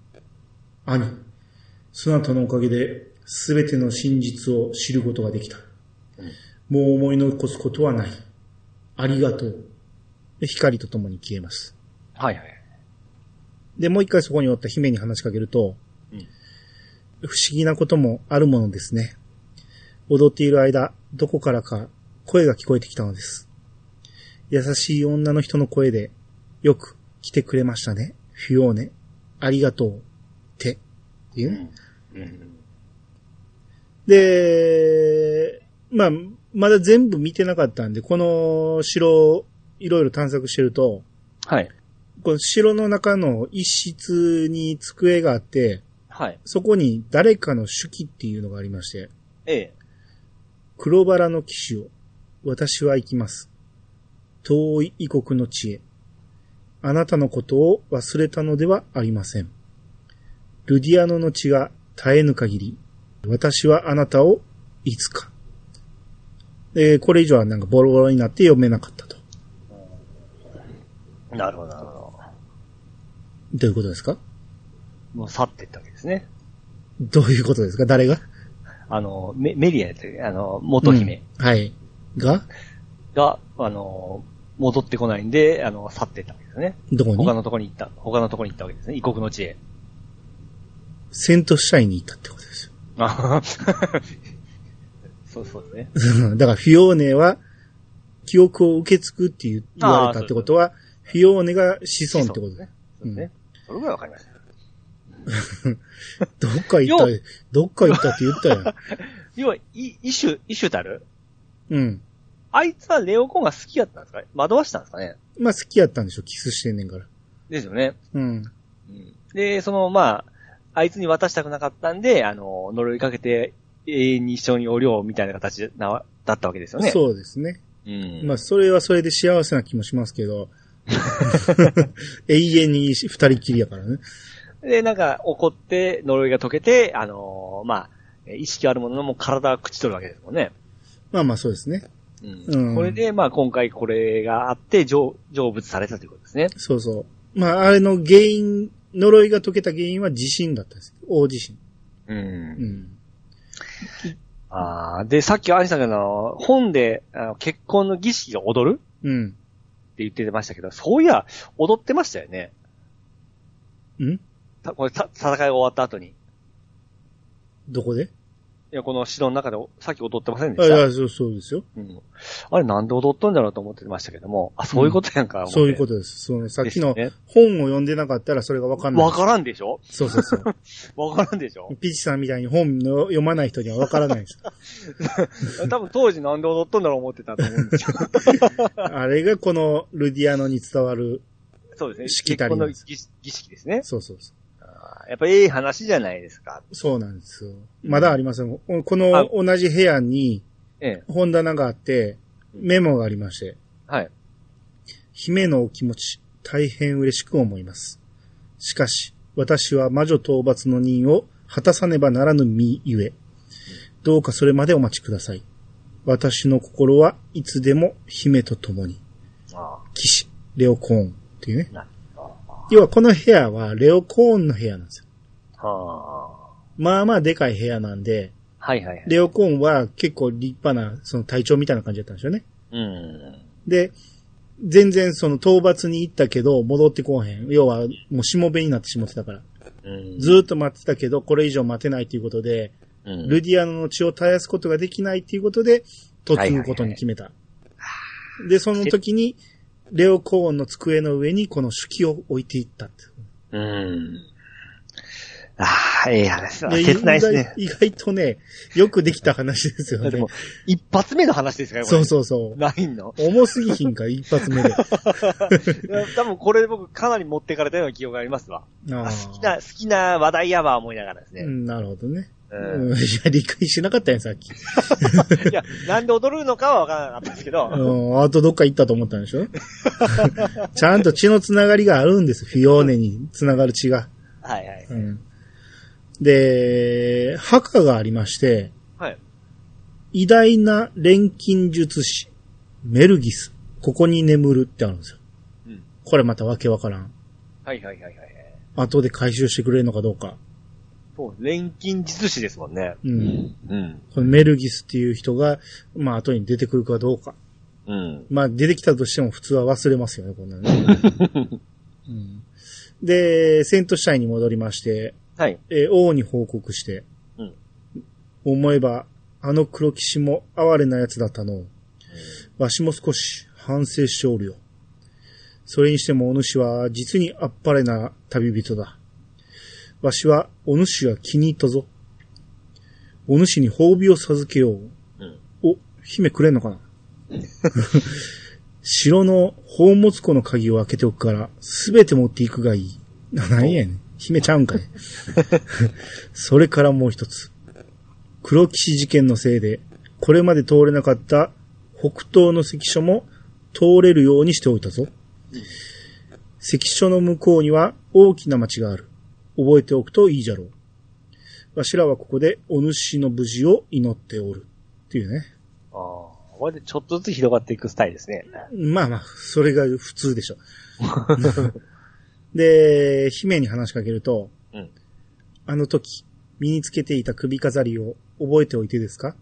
兄、そなたのおかげで全ての真実を知ることができた。もう思い残すことはない。ありがとう。で光と共に消えます。
はいはい。
で、もう一回そこにおった姫に話しかけると、
うん
不思議なこともあるものですね。踊っている間、どこからか声が聞こえてきたのです。優しい女の人の声で、よく来てくれましたね。フィオーネ。ありがとう。って。っていうう、
ん。うん。
で、まあ、まだ全部見てなかったんで、この城をいろいろ探索してると、
はい。
この城の中の一室に机があって、
はい。
そこに誰かの手記っていうのがありまして、
ええ。
黒バラの騎士を、私は行きます。遠い異国の地へ。あなたのことを忘れたのではありません。ルディアノの血が絶えぬ限り、私はあなたをいつか。えーこれ以上はなんかボロボロになって読めなかったと。
なるほど、なるほど。
どういうことですか
もう去っていったわけですね。
どういうことですか誰が
あの、メメリアって、あの、元姫
うんはい。が、
が、あの、戻ってこないんで、あの、去っていったわけですね。
どこ
他
に
のとこに行った、他のとこに行ったわけですね。異国の地へ。
セントシャインに行ったってことですよ。
あははそうそうです ね。
だからフィオーネは記憶を受け継ぐって言言われたってことは、フィオーネが子孫ってことね。
そうですね。それぐらいわかりました。
どっか行った
よ、
どっか行ったって言ったよ。
要は、い、イシュ、イシュタル
うん。
あいつはレオコンが好きやったんですかね惑わしたんですかね
まあ好きやったんでしょ、キスしてんねんから。
ですよね。
うん。
うんで、その、まあ、あいつに渡したくなかったんで、あの、呪いかけて、永遠に一緒におりょうみたいな形な、だったわけですよね。う。
そうですね。
うん。
まあそれはそれで幸せな気もしますけ ど、永遠に二人きりやからね。
で、なんか、怒って、呪いが解けて、あのーまあ、え意識あるものの、もう体は朽ち取るわけですもんね。
まあまあそうですね。
うん。
うん
これで、まあ、今回これがあって、成、成仏されたということですね。
そうそう。まああれの原因、呪いが解けた原因は地震だったんです。大地震。
うん。
うん。
ああ、で、さっきアニさんがあの、本で、あの結婚の儀式が踊る
うん。
って言ってましたけど、そういや、踊ってましたよね。
ん
たこれた、戦いが終わった後に。い
どこで
や、この城の中で、さっき踊ってませんで
あ、い
した。
や、そう、そうですよ。
うん、あれなんで踊ったんだろうと思ってましたけども、あ、そういうことやんか。思って
そういうことです。その、さっ
で
き
す
の
よね
本を読んでなかったらそれがわかんない。
わからんでしょ
そうそう そう。
わからんでしょ
ピチさんみたいに本の読まない人にはわからないです。
多分当時なんで踊ったんだろう思ってたと思うんですよ。
あれがこのルディアノに伝わる。
そうですね。
しきたり
結婚
な
の
んで
儀儀式ですね。
そうそうそう。
あーやっぱええ話じゃないですか。
そうなんですよ。まだありません。おこの
あ
同じ部屋に
ええ。
本棚があって、メモがありまして、
はい。
姫のお気持ち、大変嬉しく思います。しかし、私は魔女討伐の任を果たさねばならぬ身ゆえ、どうかそれまでお待ちください。私の心はいつでも姫と共に、
あ
騎士、レオコーンっていうね
あ。。なあ
要はこの部屋はレオコーンの部屋なんですよ。
あ。は
まあまあでかい部屋なんで、
あ。はいはいはい。
レオコーンは結構立派な、その隊長みたいな感じだったんですよね。
うん。
で、全然その討伐に行ったけど戻ってこうへん。要はもうしもべになってしもってたから。
うん。
ずーっと待ってたけど、これ以上待てないということで、
うん
ルディアノの血を絶やすことができないということで、嫁ぐことに決めた。で、その時に、レオコーンの机の上にこの手記を置いていったって。
うん。ああ、ええ話だ。
で
切ないですね。
意外意外とね、よくできた話ですよ
だって
ね
もう。、一発目の話ですから、これ
そうそうそう。
ライ ンの。
重すぎひんか、一発 目で。
いや多分これ僕かなり持ってかれたような記憶がありますわ。
あ
あ
ー
好きな、好きな話題やわ思いながらですね。
うんなるほどね。
うん
うんいや、理解しなかったよ、さっき。
いや、なんで踊るのかはわからなかったんですけど、
うん、あとどっか行ったと思ったんでしょ ちゃんと血のつながりがあるんです。フィオーネにつながる血が。
はいはい。
うん、で、墓がありまして、
はい。
偉大な錬金術師、メルギス、ここに眠るってあるんですよ。
うん。
これまたわけわからん。
はいはいはいはい。
後で回収してくれるのかどうか。
そう、錬金術師ですもんね。
うん。
うん。
このメルギスっていう人が、まあ後に出てくるかどうか。
うん。
まあ出てきたとしても普通は忘れますよね、こんなのね。うん、で、セントシャインに戻りまして、
はい。
えー王に報告して、
うん
思えば、あの黒騎士も哀れな奴だったのう。わしも少し反省しておるよ。それにしてもお主は実にあっぱれな旅人だ。わしはお主が気に入ったぞ。お主に褒美を授けよう。
うん
お、姫くれんのかな 城の宝物庫の鍵を開けておくから、すべて持っていくがいい。なんやねん。姫ちゃうんかい。それからもう一つ。黒騎士事件のせいで、これまで通れなかった北東の関所も通れるようにしておいたぞ。関所の向こうには大きな町がある。覚えておくといいじゃろう。わしらはここでお主の無事を祈っておる。っていうね。
ああ。これでちょっとずつ広がっていくスタイルですね。
まあまあ、それが普通で しょ。で、姫に話しかけると、
うん
あの時、身につけていた首飾りを覚えておいてですか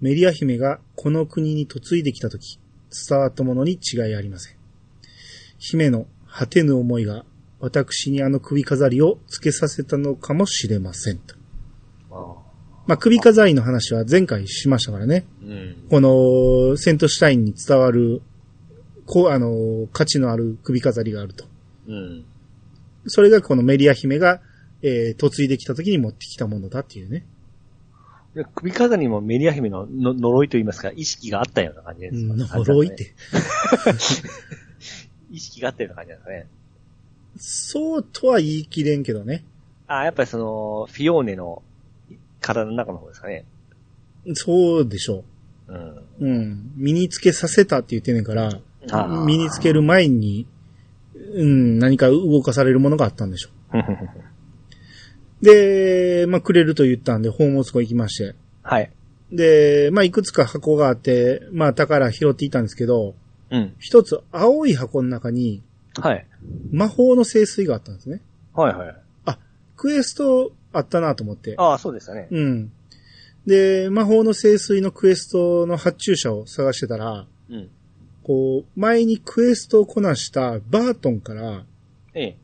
メリア姫がこの国に嫁いできた時、伝わったものに違いありません。姫の果てぬ思いが、私にあの首飾りをつけさせたのかもしれませんと。
ああ。
まあ、首飾りの話は前回しましたからね。
うん。
この、セントシュタインに伝わる、こう、あの、価値のある首飾りがあると。
うん。
それがこのメリア姫が、えー、嫁いできた時に持ってきたものだっていうね。
で首飾りもメリア姫のの呪いと言いますか、意識があったような感じですかね。
呪いっ。て。
意識があったような感じなんですね。
そうとは言い切れんけどね。
ああ、やっぱりその、フィオーネの体の中の方ですかね。
そうでしょ
うん。
う。うん。身につけさせたって言ってんねんから、
あー
身につける前に、うん、何か動かされるものがあったんでしょう。で、まあ、くれると言ったんで、宝物庫行きまして。
はい。
で、まあ、いくつか箱があって、まあ、宝拾っていたんですけど、
うん。
一つ青い箱の中に
はい。
魔法の聖水があったんですね。
はいはい。
クエストあったなと思って。
ああ、そうでしたね。
うん。で、魔法の聖水のクエストの発注者を探してたら、
うん。
こう、前にクエストをこなしたバートンから、
ええ。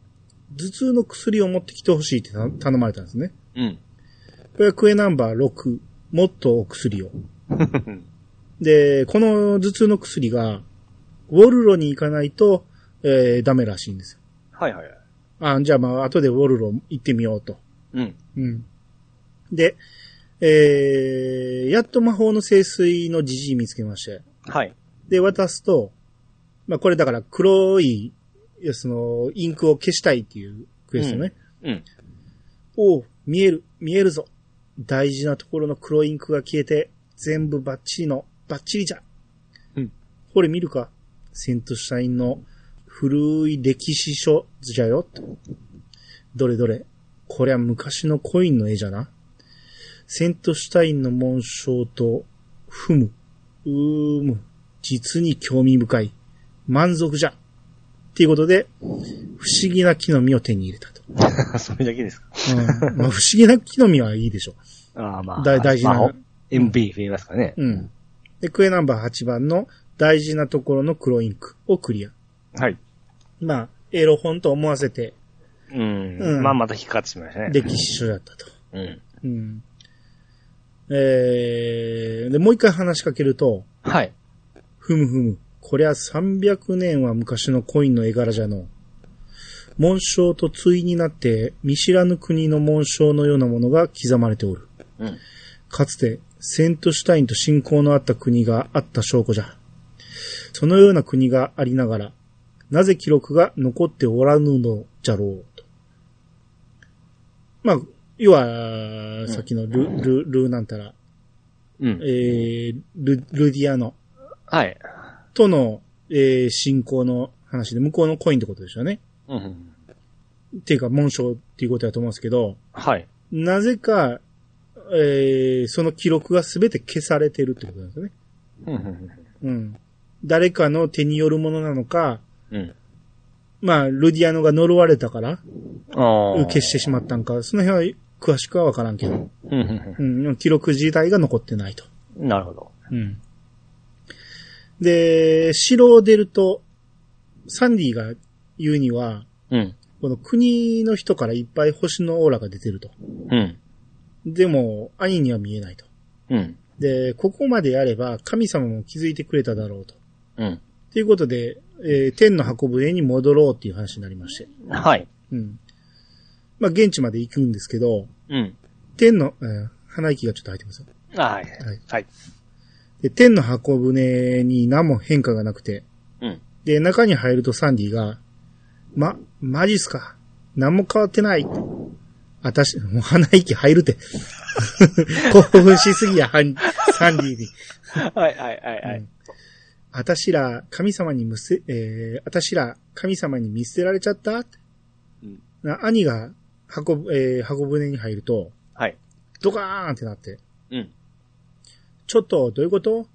頭痛の薬を持ってきてほしいってた頼まれたんですね。
うん。
これはクエナンバー6、もっとお薬を。で、この頭痛の薬が、ウォルロに行かないと、えー、ダメらしいんですよ。
はいはいはい。
あ、じゃあまあ、後でウォルロ行ってみようと。
うん。
うん。で、えー、やっと魔法の聖水のジジイ見つけまして。
はい。
で、渡すと、まあこれだから黒い、いやその、インクを消したいっていうクエストね。
うん。
おう、見える、見えるぞ。大事なところの黒インクが消えて、全部バッチリの、バッチリじゃ。
うん。
これ見るかセントシュタインの古い歴史書じゃよ。どれどれ。こりゃ昔のコインの絵じゃな。セントシュタインの紋章と、ふむ、うーむ、実に興味深い。満足じゃ。っていうことで、不思議な木の実を手に入れたと。
それだけですか。
うんまあ、不思議な木の実はいいでしょ
ああ、まあ。
だ大事な
まあ MB 増えますからね。
う。うん。で、クエナンバー8番の大事なところの黒インクをクリア。
はい。
まあ、エロ本と思わせて
うん。
うん
まあ、また引っかかってしまいましたね。
歴史書だったと。
うん。
うん。えー、で、もう一回話しかけると、
はい。
ふむふむ。こりゃ300年は昔のコインの絵柄じゃの。紋章と対になって、見知らぬ国の紋章のようなものが刻まれておる。
うん。
かつてセントシュタインと親交のあった国があった証拠じゃ。そのような国がありながら、なぜ記録が残っておらぬのじゃろうと。まあ、要は、さっきのル、ル、ルなんたら、
うん。
えー、ル、ルディアの、
はい。
との、えー、信仰の話で、向こうのコインってことでしょうね。
うん。
っていうか、紋章っていうことだと思うんですけど、
はい。
なぜか、えー、その記録が全て消されてるってことなんですよね。
うん。
うん。誰かの手によるものなのか、
うん。
まあ、ルディアノが呪われたから、
ああ。
消してしまったんか、その辺は詳しくはわからんけど、
うんうん
うん、記録自体が残ってないと。
うん。なるほど。
うん。で、城を出ると、サンディが言うには、
うん。
この国の人からいっぱい星のオーラが出てると。
うん。
でも、兄には見えないと。
うん。
で、ここまでやれば神様も気づいてくれただろうと。
うん。
ということで、えー天の箱舟に戻ろうっていう話になりまして。
はい。
うん。まあ、現地まで行くんですけど、
うん。
天の、えー鼻息がちょっと入ってますよ。
は
は
い
い。
はい。
で、天の箱舟に何も変化がなくて、
うん。
で、中に入るとサンディが、ま、マジっすか何も変わってない。あたし、もう鼻息入るて。 興奮しすぎや、ハンサンディに。
はいはいはいは
う
い
ん。あたしら、神様にむせ、えー、あたしら、神様に見捨てられちゃった、
うん
な兄が、箱、えー、箱舟に入ると、
はい。
ドカーンってなって、
うん。
ちょっと、どういうこと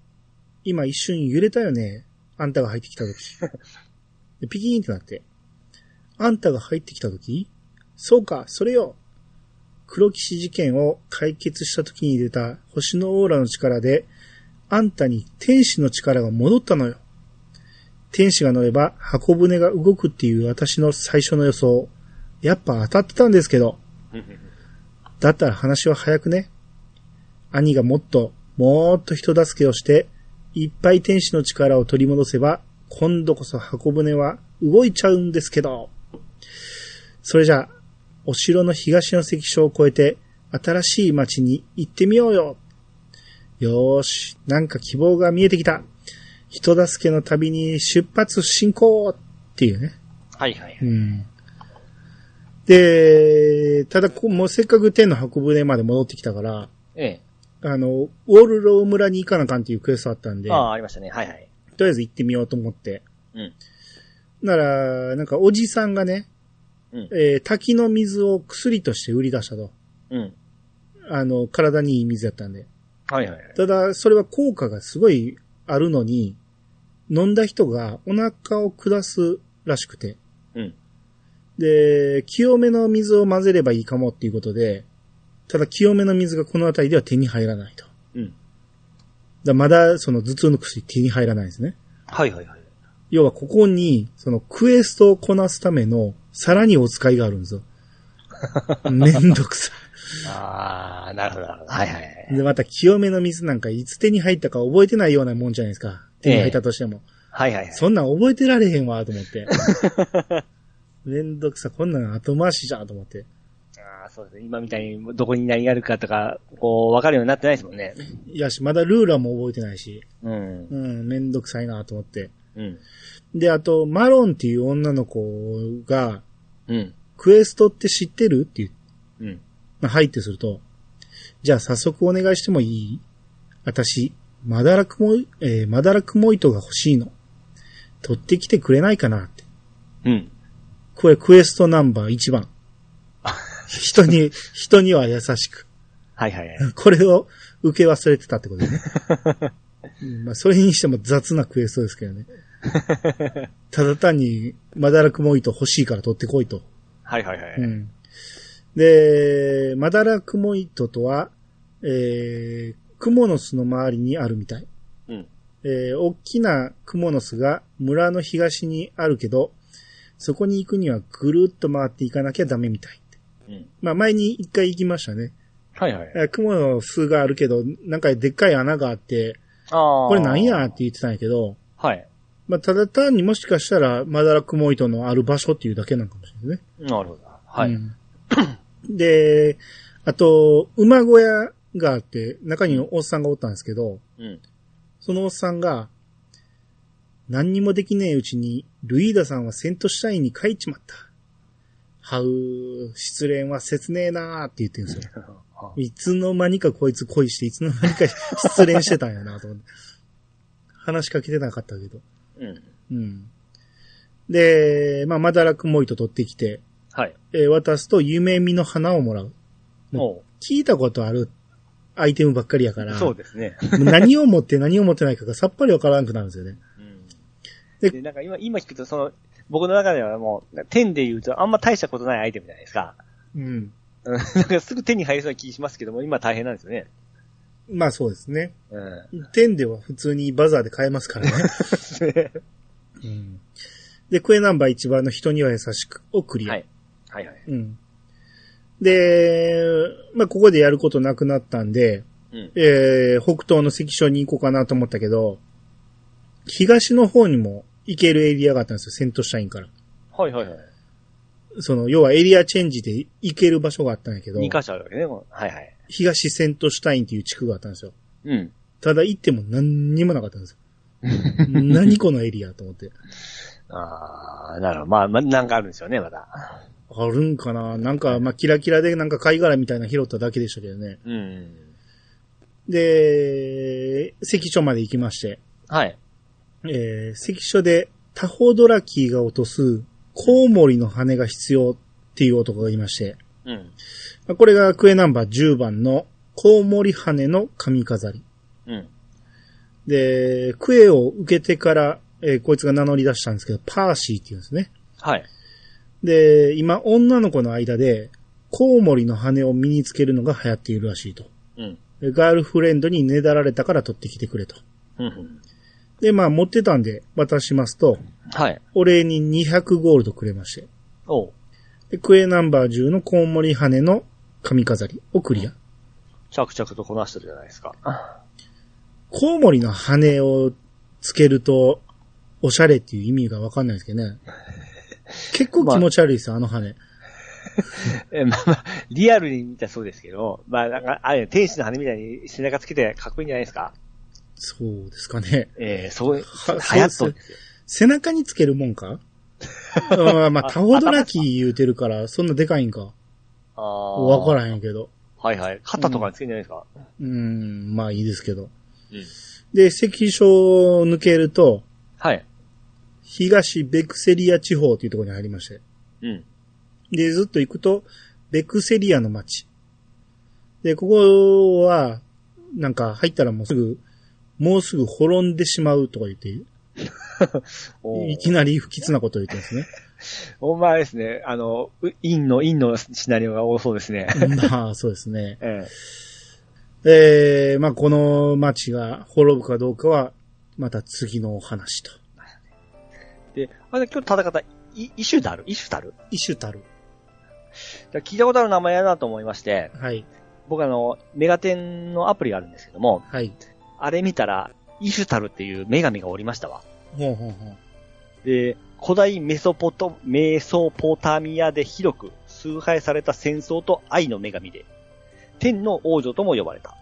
今一瞬揺れたよね。あんたが入ってきた 時。でピキーンってなって。あんたが入ってきた時そうか、それよ。黒騎士事件を解決した時に出た星のオーラの力で、あんたに天使の力が戻ったのよ。天使が乗れば箱舟が動くっていう私の最初の予想。やっぱ当たってたんですけど。だったら話は早くね。兄がもっと、もっと人助けをして、いっぱい天使の力を取り戻せば、今度こそ箱舟は動いちゃうんですけど。それじゃあ、お城の東の石所を越えて、新しい町に行ってみようよ。よーし、なんか希望が見えてきた。人助けの旅に出発進行っていうね。
はいはい。
うんで、ただこう、もうせっかく天の箱舟まで戻ってきたから、
え
あの、ウォルロー村に行かなあかんっていうクエストあったんで、
え。ああ、ありましたね。はいはい。
とりあえず行ってみようと思って。
うん。
なら、なんかおじさんがね、
うん
えー滝の水を薬として売り出したと。
うん。
あの、体にいい水やったんで。
はいはい。
ただ、それは効果がすごいあるのに、飲んだ人がお腹を下すらしくて。
うん。
で、清めの水を混ぜればいいかもっていうことで、ただ清めの水がこの辺りでは手に入らないと。
うん。
だまだその頭痛の薬手に入らないんですね。
はいはいはい。
要はここに、そのクエストをこなすためのさらにお使いがあるん ですよ。めんどくさ
ああ、なるほど、なるほど。はいはいはい。
い。で、また清めの水なんかいつ手に入ったか覚えてないようなもんじゃないですか。手に入ったとしても。
はいはいはい。
そんなん覚えてられへんわ、と思って。 めんどくさ、こんなん後回しじゃ、と思って。
あーそうですね。今みたいにどこに何があるかとか、こう、わかるようになってないですもんね。
いやし、まだルーラーも覚えてないし、
うん。
うん、めんどくさいな、と思って。
うん。
で、あと、マロンっていう女の子が、
うん。
クエストって知ってるっていう、
うん。
まあ入ってすると、じゃあ早速お願いしてもいい私、マダラクモイ、えーマダラクモイトが欲しいの。取ってきてくれないかなって。
うん。
これクエストナンバー1番。人に、人には優しく。
はいはいはい。
これを受け忘れてたってことね。うんまあ、それにしても雑なクエストですけど ね。ただ単に、マダラクモイト欲しいから取ってこいと。
はいはいは
う
い。
ん。で、マダラクモイトとは、えー、クモの巣の周りにあるみたい。
うん。
えー、大きなクモの巣が村の東にあるけど、そこに行くにはぐるっと回っていかなきゃダメみたい。
うん。
まあ前に一回行きましたね。
はいはい。
えー雲の巣があるけど、なんかでっかい穴があって、
ああ。
これなんやって言ってたんやけど、
はい。
まあ、ただ単にもしかしたら、マダラクモイトのある場所っていうだけなのかもしれないね。
なるほど。は
う
い。
ん で、あと、馬小屋があって、中におっさんがおったんですけど、
うん。
そのおっさんが、何にもできねえうちに、ルイーダさんはセントシュタインに帰っちまった。はうー、失恋は切ねえなーって言ってるんですよ。いつの間にかこいつ恋して、いつの間にか失恋してたんやなと思って。 話しかけてなかったけど。
うん。
うん。で、まあ、マダラクモイト取ってきて、
はい。
えー渡すと夢見の花をもらう。
おう
聞いたことあるアイテムばっかりやから、
そうですね。
もう何を持って何を持ってないかが さっぱりわからなくなるんですよね。
うん
で
で、なんか今、今聞くと、その、僕の中ではもう、点で言うと、あんま大したことないアイテムじゃないですか。
うん。
うんなんかすぐ手に入りそうな気しますけども、今大変なんですよね。
まあそうですね。
うん。
天では普通にバザーで買えますから ね。うん、で、クエナンバー1番の人には優しくをクリア。
はい。はいはい。
うん。で、まあここでやることなくなったんで、
うん。
えー、北東の関所に行こうかなと思ったけど、東の方にも行けるエリアがあったんですよ、セントシャインから。
はいはいはい。
その、要はエリアチェンジで行ける場所があったんやけど、
二箇所あるわけね。このはいはい。
東セントシュタインっていう地区があったんですよ。
うん。
ただ行っても何にもなかったん ですよ。何このエリアと思って。
ああ、なるほど。まあ、まあ、なんかあるんですよね、まだ。
あるんかななんか、まあ、キラキラでなんか貝殻みたいなの拾っただけでしたけどね。
うん。
で、関所まで行きまして、
はい。
えー、関所でタホドラキーが落とすコウモリの羽が必要っていう男がいまして、
うん。
まあこれがクエナンバー10番のコウモリ羽の髪飾り。
うん。
で、クエを受けてから、えーこいつが名乗り出したんですけど、パーシーって言うんですね。
はい。
で、今、女の子の間で、コウモリの羽を身につけるのが流行っているらしいと。
うん。
でガールフレンドにねだられたから取ってきてくれと。
うん。
で、まあ、持ってたんで渡しますと、
はい。
お礼に200ゴールドくれまして。
おう
で、クエナンバー10のコウモリ羽の髪飾りをクリア。
着々とこなしてるじゃないですか。
コウモリの羽をつけると、おしゃれっていう意味がわかんないですけどね。結構気持ち悪いですよ、あの羽。
え、まあまあ、リアルに見たらそうですけど、まあ、なんか、あれ、天使の羽みたいに背中つけてかっこいいんじゃないですか。
そうですかね。
えー、そう、
は
流行っとるんですよ。
背中につけるもんかまあ、まあ、タオドラキー言うてるから、そんなでかいんか。
ああ。
わから
ん。
へんけど。
はいはい。肩とかにつけるんじゃないですか。
うーん、まあいいですけど。
うん。
で、関所を抜けると、
はい。
東ベクセリア地方っていうところに入りまして。
うん。
で、ずっと行くと、ベクセリアの町。で、ここは、なんか入ったらもうすぐ、もうすぐ滅んでしまうとか言って、
おー
いきなり不吉なこと言ってますね。
お前ですね、あの、う陰の、陰のシナリオが多そうですね。
まあ、そうですね。
ええ
えー、まあ、この町が滅ぶかどうかは、また次のお話と。
で、あれ今日戦ったイイシュダルイシュダル
イシュタル。
だから聞いたことある名前やなと思いまして、
はい。
僕あの、メガテンのアプリがあるんですけども、
はい。
あれ見たら、イシュタルっていう女神がおりましたわ。
ほうほうほう。
で、古代メソポト、メソポタミアで広く崇拝された戦争と愛の女神で、天の王女とも呼ばれた。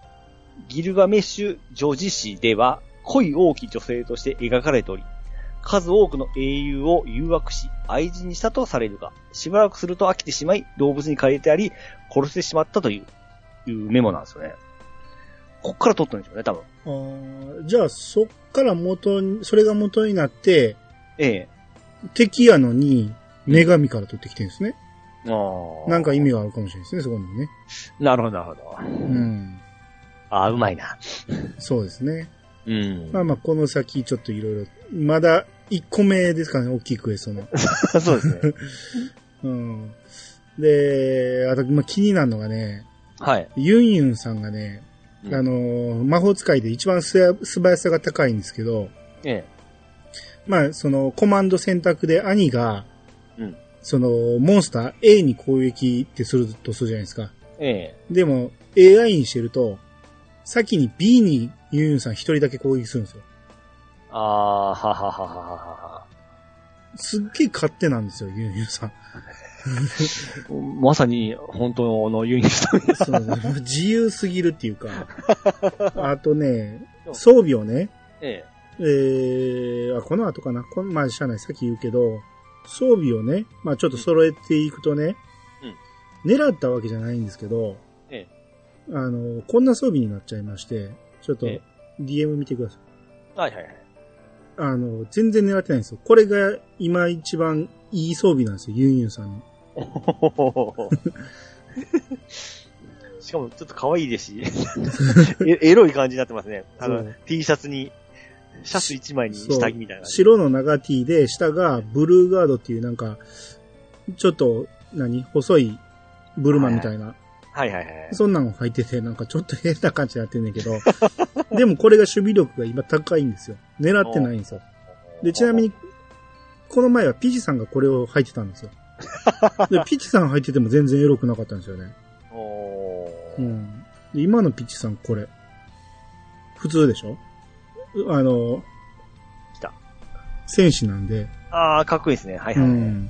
ギルガメッシュ女子誌では、恋多き女性として描かれており、数多くの英雄を誘惑し、愛人にしたとされるが、しばらくすると飽きてしまい、動物に借りてあり、殺してしまったという、いうメモなんですよね。こっから撮ったんでしょうね、多分。
あーじゃあ、そっから元に、それが元になって、
え
敵やのに、女神から取ってきてるんですね。
え。あ
なんか意
味。
味があるかもしれないですね、そこにもね。
なるほど、なるほど。
うん。
ああ、うまいな。
そうですね。
うん。
まあまあ、この先、ちょっといろいろ、まだ1個目ですかね、大きいクエストの。
そうですね。
うん。で、あと、まあ、気になるのがね、
はい。
ユンユンさんがね、
うん
あのー、魔法使いで一番すや素早さが高いんですけど、
え
まあ、その、コマンド選択で兄が、
うん
その、モンスター A に攻撃ってするとするじゃないですか。
え。え
でも、AI にしてると、先に B にユンユンさん一人だけ攻撃するんですよ。
え。ああ、はははははは。
すっげえ勝手なんですよ、ユンユンさん。
まさに、本当のユニストです。
そう自由すぎるっていう か。あとね、装備をね、
え
えー、あこの後かな。この、まあ、しゃあない、さっき言うけど、装備をね、まあ、ちょっと揃えていくとね、狙ったわけじゃないんですけど、
え
あの、こんな装備になっちゃいまして、ちょっと
ええ
DM 見てください。
え。はいはいはい。
あの、全然狙ってないんですよ。これが今一番いい装備なんですよ、ユンユンさんの。
ほほほほ しかも、ちょっと可愛いですし、 えエロい感じになってますね。あ
そ
の
う、
T シャツに、シャツ一枚に下着みたいな。
白の長 T で、下がブルーガードっていうなんか、ちょっと、何細いブルマみたいな。
はいはいはい。
そんなんを履いてて、なんかちょっと変な感じになってんねんけど。 でもこれが守備力が今高いんですよ。狙ってないんですよ。で、ちなみに、この前はピチさんがこれを履いてたん ですよ。で、ピチさん履いてても全然エロくなかったんですよね。
お
う
ー。
ん。で、今のピチさんこれ。普通でしょうあの、
来た。
戦士なんで、
ああ、かっこいいですね。はいうはいはい。
ん。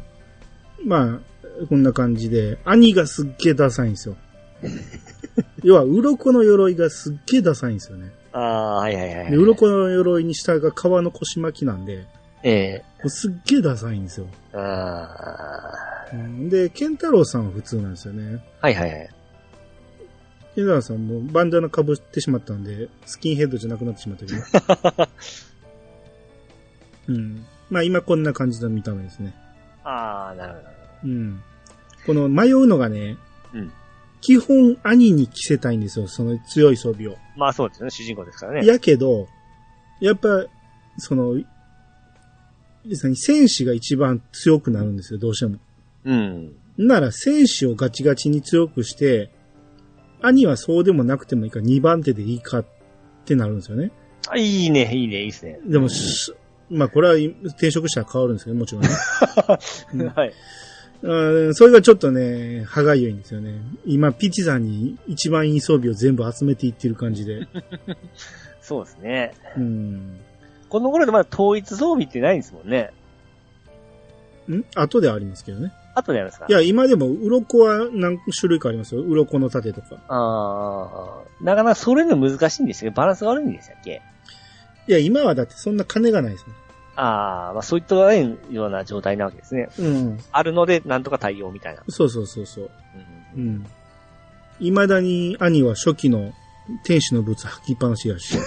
まあ、こんな感じで、兄がすっげえダサいんですよ。要は、鱗の鎧がすっげえダサいんですよね。
ああ、はいはいはいはい。
で、鱗の鎧に下が革の腰巻きなんで、
ええ。
もうすっげえダサいんですよ。
ああ。
うんで、ケンタロウさんは普通なんですよね。
はいはいはい。
ケンタロウさんもバンダナ被ってしまったんで、スキンヘッドじゃなくなってしまったけど。うん。まあ今こんな感じの見た目ですね。
ああ、なるほど。
うん。この迷うのがね、
うん
基本兄に着せたいんですよ、その強い装備を。
まあそうですよね、主人公ですからね。
やけど、やっぱ、その、別に戦士が一番強くなるんですよ、どうしても。
うん。
なら戦士をガチガチに強くして、兄はそうでもなくてもいいから2番手でいいかってなるんですよね。
あ、いいね、いいね、いいですね。
でも、すまあこれは転職したら変わるんですけど、もちろんね。うん
はい。
うんそれがちょっとね、歯がゆいんですよね。今、ピチさんに一番いい装備を全部集めていってる感じ で。
そうですね。
うん。
この頃でまだ統一装備ってないんですもんね。
ん後ではありますけどね。
あとでやりますか
いや、今でも、鱗は何種類かありますよ。鱗の盾とか。
ああ、なかなかそれの難しいんですよ。バランスが悪いんでしたっけ
いや、今はだってそんな金がないです
ああ、まあそういったないような状態なわけですね。
もん。うん。
あるので、なんとか対応みたいな。
そうそうそうそう。
う
うんん。未だに兄は初期の天使のブーツ履きっぱなしやし。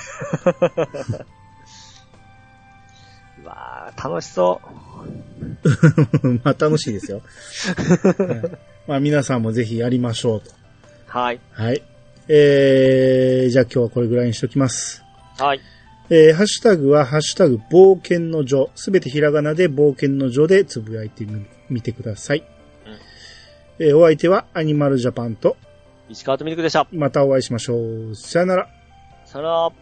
うわあ、楽しそう。
まあ楽しい ですよ。うんまあ皆さんもぜひやりましょうと。
はい。
はい。えー、じゃあ今日はこれぐらいにしときます。
はい。
えー、ハッシュタグは、ハッシュタグ、冒険の女。すべてひらがなで冒険の女でつぶやいてみ見てください。えー、お相手はアニマルジャパンと、
石川とミルクでした。
またお会いしましょう。さよなら。
さよなら。